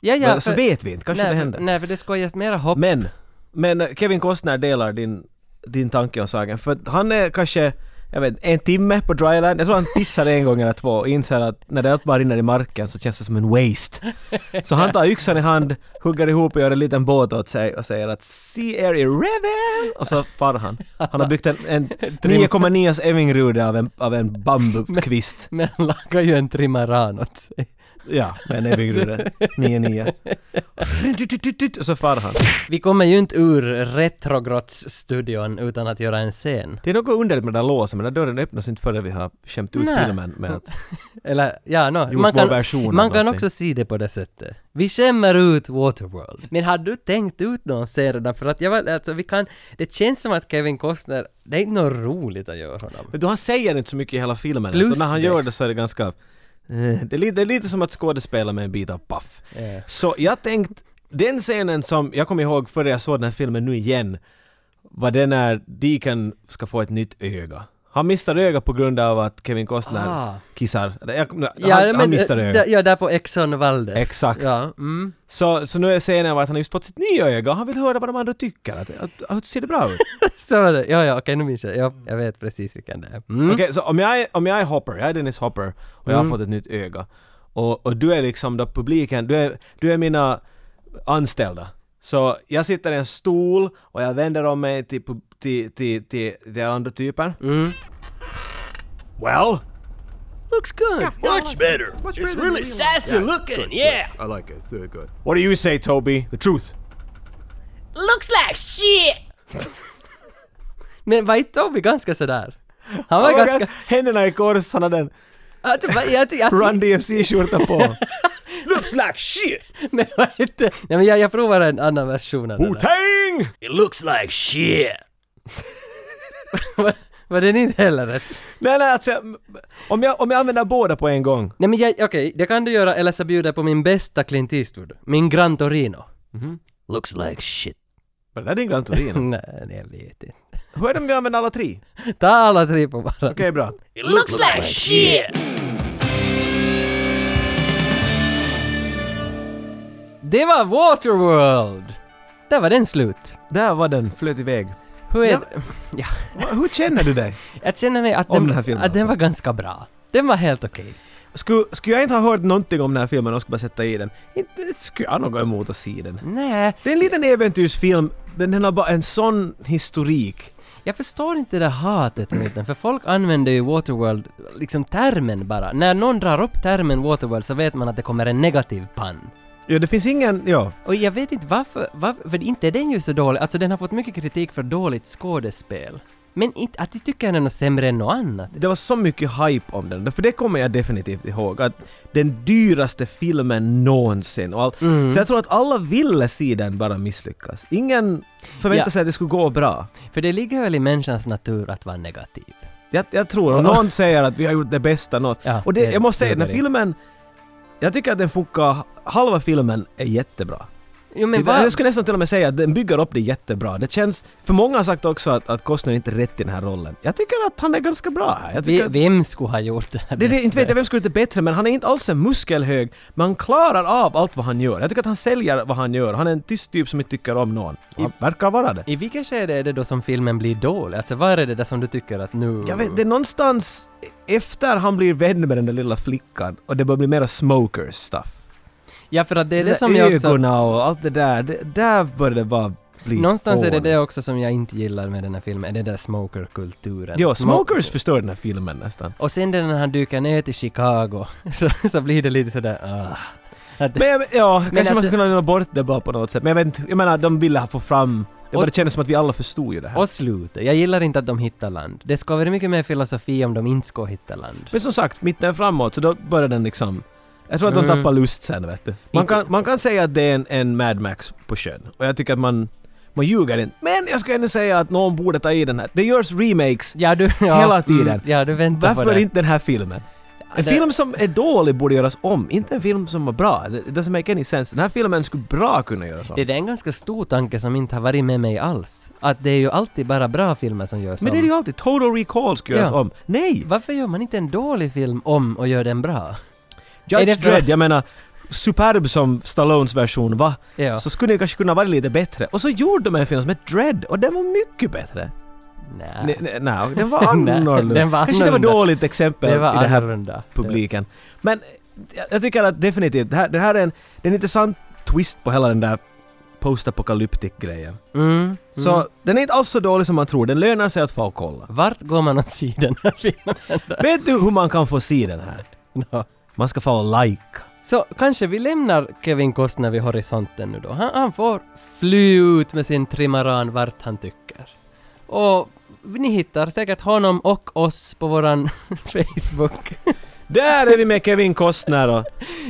Speaker 2: Ja,
Speaker 1: Men så vet vi inte, kanske
Speaker 2: nej,
Speaker 1: det händer.
Speaker 2: För, nej, för det skojas mera hopp.
Speaker 1: Men, men eh, Kevin Costner delar din, din tanke om saken. För att han är kanske, jag vet en timme på dryland. Jag tror han pissar en gång eller två och inser att när det allt bara rinner i marken så känns det som en waste. Så han tar yxan i hand, hugger ihop och gör en liten båt åt sig och säger att “Sea Air is Revel!” och så far han. Han har byggt en, en 9,9 Evinrude av en, av en bambukvist.
Speaker 2: Men han lagar ju en trimaran åt sig.
Speaker 1: Ja, med en Evinrude. 9,9. Och så far han.
Speaker 2: Vi kommer ju inte ur Retrogrotts-studion utan att göra en scen.
Speaker 1: Det är något underligt med den där låsen, men den där dörren öppnas inte förrän vi har skämt ut
Speaker 2: Nej.
Speaker 1: filmen med att...
Speaker 2: Eller ja, no.
Speaker 1: Gjort
Speaker 2: man
Speaker 1: vår
Speaker 2: kan,
Speaker 1: version av
Speaker 2: man kan
Speaker 1: någonting.
Speaker 2: också se det på det sättet. Vi skämmer ut Waterworld. Men har du tänkt ut någon serie där? För att jag var, alltså vi kan, det känns som att Kevin Costner, det är inte något roligt att göra honom.
Speaker 1: Men då han säger inte så mycket i hela filmen,
Speaker 2: Plus
Speaker 1: så när han
Speaker 2: det.
Speaker 1: gör det så är det ganska... eh, Det är lite, det är lite som att skådespela med en bit av paff.
Speaker 2: Eh.
Speaker 1: Så jag tänkt, den scenen som jag kommer ihåg före jag såg den här filmen nu igen, var den när Deacon ska få ett nytt öga. Han missar öga på grund av att Kevin Costner
Speaker 2: Ah.
Speaker 1: kissar. Jag, han, han missar
Speaker 2: eh,
Speaker 1: öga.
Speaker 2: där- Ja, där på Exxon Valdez.
Speaker 1: Exakt.
Speaker 2: Ja, mm.
Speaker 1: Så, så nu är scenen var att han just fått sitt nya öga och han vill höra vad de andra tycker. Att, att, att ser det bra ut?
Speaker 2: Så var det. Ja, ja, okej, nu minns jag. Ja, jag vet precis vilken det är. Mm.
Speaker 1: Okej, så om jag, är, om jag är Hopper, jag är Dennis Hopper och jag har fått ett nytt öga. Och, och du är liksom då publiken, du är, du är mina anställda. Så jag sitter i en stol och jag vänder om mig till, pub- till, till, till, till andra typer.
Speaker 2: Mm.
Speaker 1: Well,
Speaker 2: Looks good.
Speaker 4: Much better.
Speaker 2: It's really sassy looking, yeah.
Speaker 1: I like it, it's really good. What do you say Toby? The truth?
Speaker 2: Looks like shit! Men var inte Toby ganska sådär? Han var ganska...
Speaker 1: Händerna i kors, han hade en
Speaker 2: Att, jag, jag, jag,
Speaker 1: Run DFC-skjorta på. Looks like shit!
Speaker 2: Nej, vad heter- Nej men jag, jag provar en annan version av den där.
Speaker 1: Wu-Tang!
Speaker 2: It looks like shit! Var den inte heller rätt?
Speaker 1: Nej, nej, alltså, om jag, om jag använder båda på en gång.
Speaker 2: Nej men jag, okej, det kan du göra eller så bjuder jag på min bästa Clint Eastwood. Min Gran Torino. Looks like shit.
Speaker 1: Var det där din Gran Torino?
Speaker 2: Nej, nej, jag vet inte.
Speaker 1: Hur är det om vi använder alla tre? Okej,
Speaker 2: Ta alla tre på varandra.
Speaker 1: bra.
Speaker 2: It looks like shit! Det var Waterworld! Där var den slut.
Speaker 1: Där var den, flöt iväg.
Speaker 2: Hur är
Speaker 1: Ja.
Speaker 2: det? Ja.
Speaker 1: Va- Hur känner du dig?
Speaker 2: Jag känner mig att,
Speaker 1: Om den här filmen
Speaker 2: att den
Speaker 1: alltså.
Speaker 2: var ganska bra. Den var helt okej.
Speaker 1: Skulle, skulle jag inte ha hört någonting om den här filmen och skulle bara sätta i den? Inte skulle jag något emot att se den.
Speaker 2: Nej,
Speaker 1: Det är en liten äventyrsfilm, men den har bara en sån historik.
Speaker 2: jag förstår inte det hatet mot den, för folk använder ju Waterworld, liksom termen bara. När någon drar upp termen Waterworld så vet man att det kommer en negativ pann.
Speaker 1: Ja, det finns ingen... Ja.
Speaker 2: Och jag vet inte varför, varför, för inte är den ju så dålig, alltså den har fått mycket kritik för dåligt skådespel. Men inte, att de tycker den är något sämre än något annat.
Speaker 1: Det var så mycket hype om den, för det kommer jag definitivt ihåg. Att den dyraste filmen någonsin. Och all,
Speaker 2: Mm.
Speaker 1: Så jag tror att alla ville se den bara misslyckas. Ingen förväntade
Speaker 2: Ja.
Speaker 1: sig att det skulle gå bra.
Speaker 2: För det ligger väl i människans natur att vara negativ.
Speaker 1: Jag, jag tror, om
Speaker 2: Ja.
Speaker 1: någon säger att vi har gjort det bästa någonsin.
Speaker 2: Ja,
Speaker 1: och det,
Speaker 2: det-
Speaker 1: jag måste
Speaker 2: det
Speaker 1: säga, den här
Speaker 2: är det.
Speaker 1: filmen... Jag tycker att den funkar... Halva filmen är jättebra.
Speaker 2: Jo men
Speaker 1: Det-
Speaker 2: vad...
Speaker 1: Jag skulle nästan till och med säga att den bygger upp det jättebra. Det känns... För många har sagt också att, att Costner inte är rätt i den här rollen. Jag tycker att han är ganska bra här. Jag tycker
Speaker 2: ve-
Speaker 1: att-
Speaker 2: Vem skulle ha gjort det här?
Speaker 1: det, det, inte vet jag vem skulle gjort det bättre, men han är inte alls en muskelhög. Men han klarar av allt vad han gör. Jag tycker att han säljer vad han gör. Han är en tyst typ som inte tycker om någon. Han verkar vara det.
Speaker 2: I vilket skede är det då som filmen blir dålig? Alltså var är det där som du tycker att nu...
Speaker 1: Jag vet, det är någonstans efter han blir vän med den där lilla flickan och det börjar bli mera smokers stuff.
Speaker 2: Ja för att det är det,
Speaker 1: där
Speaker 2: som jag också...
Speaker 1: Ögonen och allt det där, det, där börjar det bara bli
Speaker 2: Någonstans är det
Speaker 1: fånigt.
Speaker 2: det också som jag inte gillar med den här filmen, det där smokerkulturen.
Speaker 1: Ja,
Speaker 2: Smo-
Speaker 1: smokers förstör den här filmen nästan.
Speaker 2: Och sen när han dyker ner till Chicago, så, så blir det lite sådär... ah. Att,
Speaker 1: Men jag- ja, kanske man
Speaker 2: alltså-
Speaker 1: skulle kunna lämna bort det bara på något sätt. Men jag vet inte, jag menar de ville få fram... Det
Speaker 2: Och-
Speaker 1: bara kändes som att vi alla förstod ju det här.
Speaker 2: Och slutet. Jag gillar inte att de hittar land. Det ska vara mycket mer filosofi om de inte ska hitta land.
Speaker 1: Men som sagt, mitten framåt, så då börjar den liksom... Jag tror att de
Speaker 2: Mm.
Speaker 1: tappar lust sen, vet du. Man
Speaker 2: Inte-
Speaker 1: kan, man kan säga att det är en, en Mad Max på sjön. Och jag tycker att man... Man ljuger inte. Men jag skulle ändå säga att någon borde ta i den här. Det görs remakes.
Speaker 2: Ja, du, ja, mm,
Speaker 1: Hela tiden.
Speaker 2: ja, du väntar på
Speaker 1: Varför
Speaker 2: det.
Speaker 1: inte den här filmen? En
Speaker 2: det-
Speaker 1: film som är dålig borde göras om, inte en film som var bra. Det doesn't make any sense. Den här filmen skulle bra kunna göras om.
Speaker 2: Det är en ganska stor tanke som inte har varit med mig alls. Att det är ju alltid bara bra filmer som görs
Speaker 1: Men det är
Speaker 2: om.
Speaker 1: det ju alltid. Total Recall ska göras
Speaker 2: Ja.
Speaker 1: om. Nej!
Speaker 2: Varför gör man inte en dålig film om och gör den bra? Är det
Speaker 1: Judge
Speaker 2: för-
Speaker 1: Dredd, jag menar, superb som Stallones version va?
Speaker 2: Ja.
Speaker 1: Så skulle den kanske kunna vara lite bättre. Och så gjorde de en film som hette Dread och den var mycket bättre.
Speaker 2: Ah. Nej.
Speaker 1: Nej, nej, nej, den var
Speaker 2: Nej,
Speaker 1: annorlunda.
Speaker 2: den var
Speaker 1: Kanske det var
Speaker 2: annorlunda.
Speaker 1: dåligt exempel
Speaker 2: Det var
Speaker 1: i den här
Speaker 2: annorlunda.
Speaker 1: publiken. Men jag- jag tycker att definitivt, det här, det här är, en, det är en intressant twist på hela den där postapokalyptic grejen.
Speaker 2: Mm.
Speaker 1: Så den är inte alls så dålig som man tror, den lönar sig att få kolla.
Speaker 2: Vart går man och ser den här filmen?
Speaker 1: Vet du hur man kan få se den här?
Speaker 2: Nå.
Speaker 1: Man ska få like.
Speaker 2: Så kanske vi lämnar Kevin Costner vid horisonten nu då. Han, han får fly ut med sin trimaran vart han tycker. Och ni hittar säkert honom och oss på våran Facebook.
Speaker 1: Där är vi med Kevin Costner och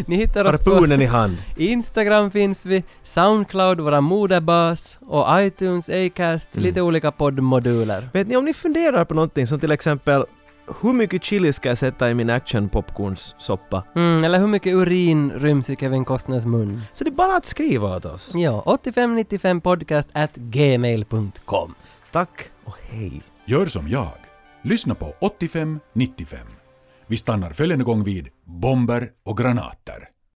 Speaker 2: Ni hittar oss på
Speaker 1: harpunen i hand.
Speaker 2: Instagram finns vi, Soundcloud, våran moderbas och iTunes, Acast, lite olika poddmoduler.
Speaker 1: Vet ni, om ni funderar på någonting som till exempel hur mycket chili ska jag sätta i min action popcornssoppa?
Speaker 2: Mm, eller hur mycket urin ryms i Kevin Costners mun?
Speaker 1: Så det är bara att skriva åt oss.
Speaker 2: Ja, 8595 podcast at gmail.com.
Speaker 1: Tack och hej.
Speaker 10: Gör som jag. Lyssna på 85-95. Vi stannar följande gång vid bomber och granater.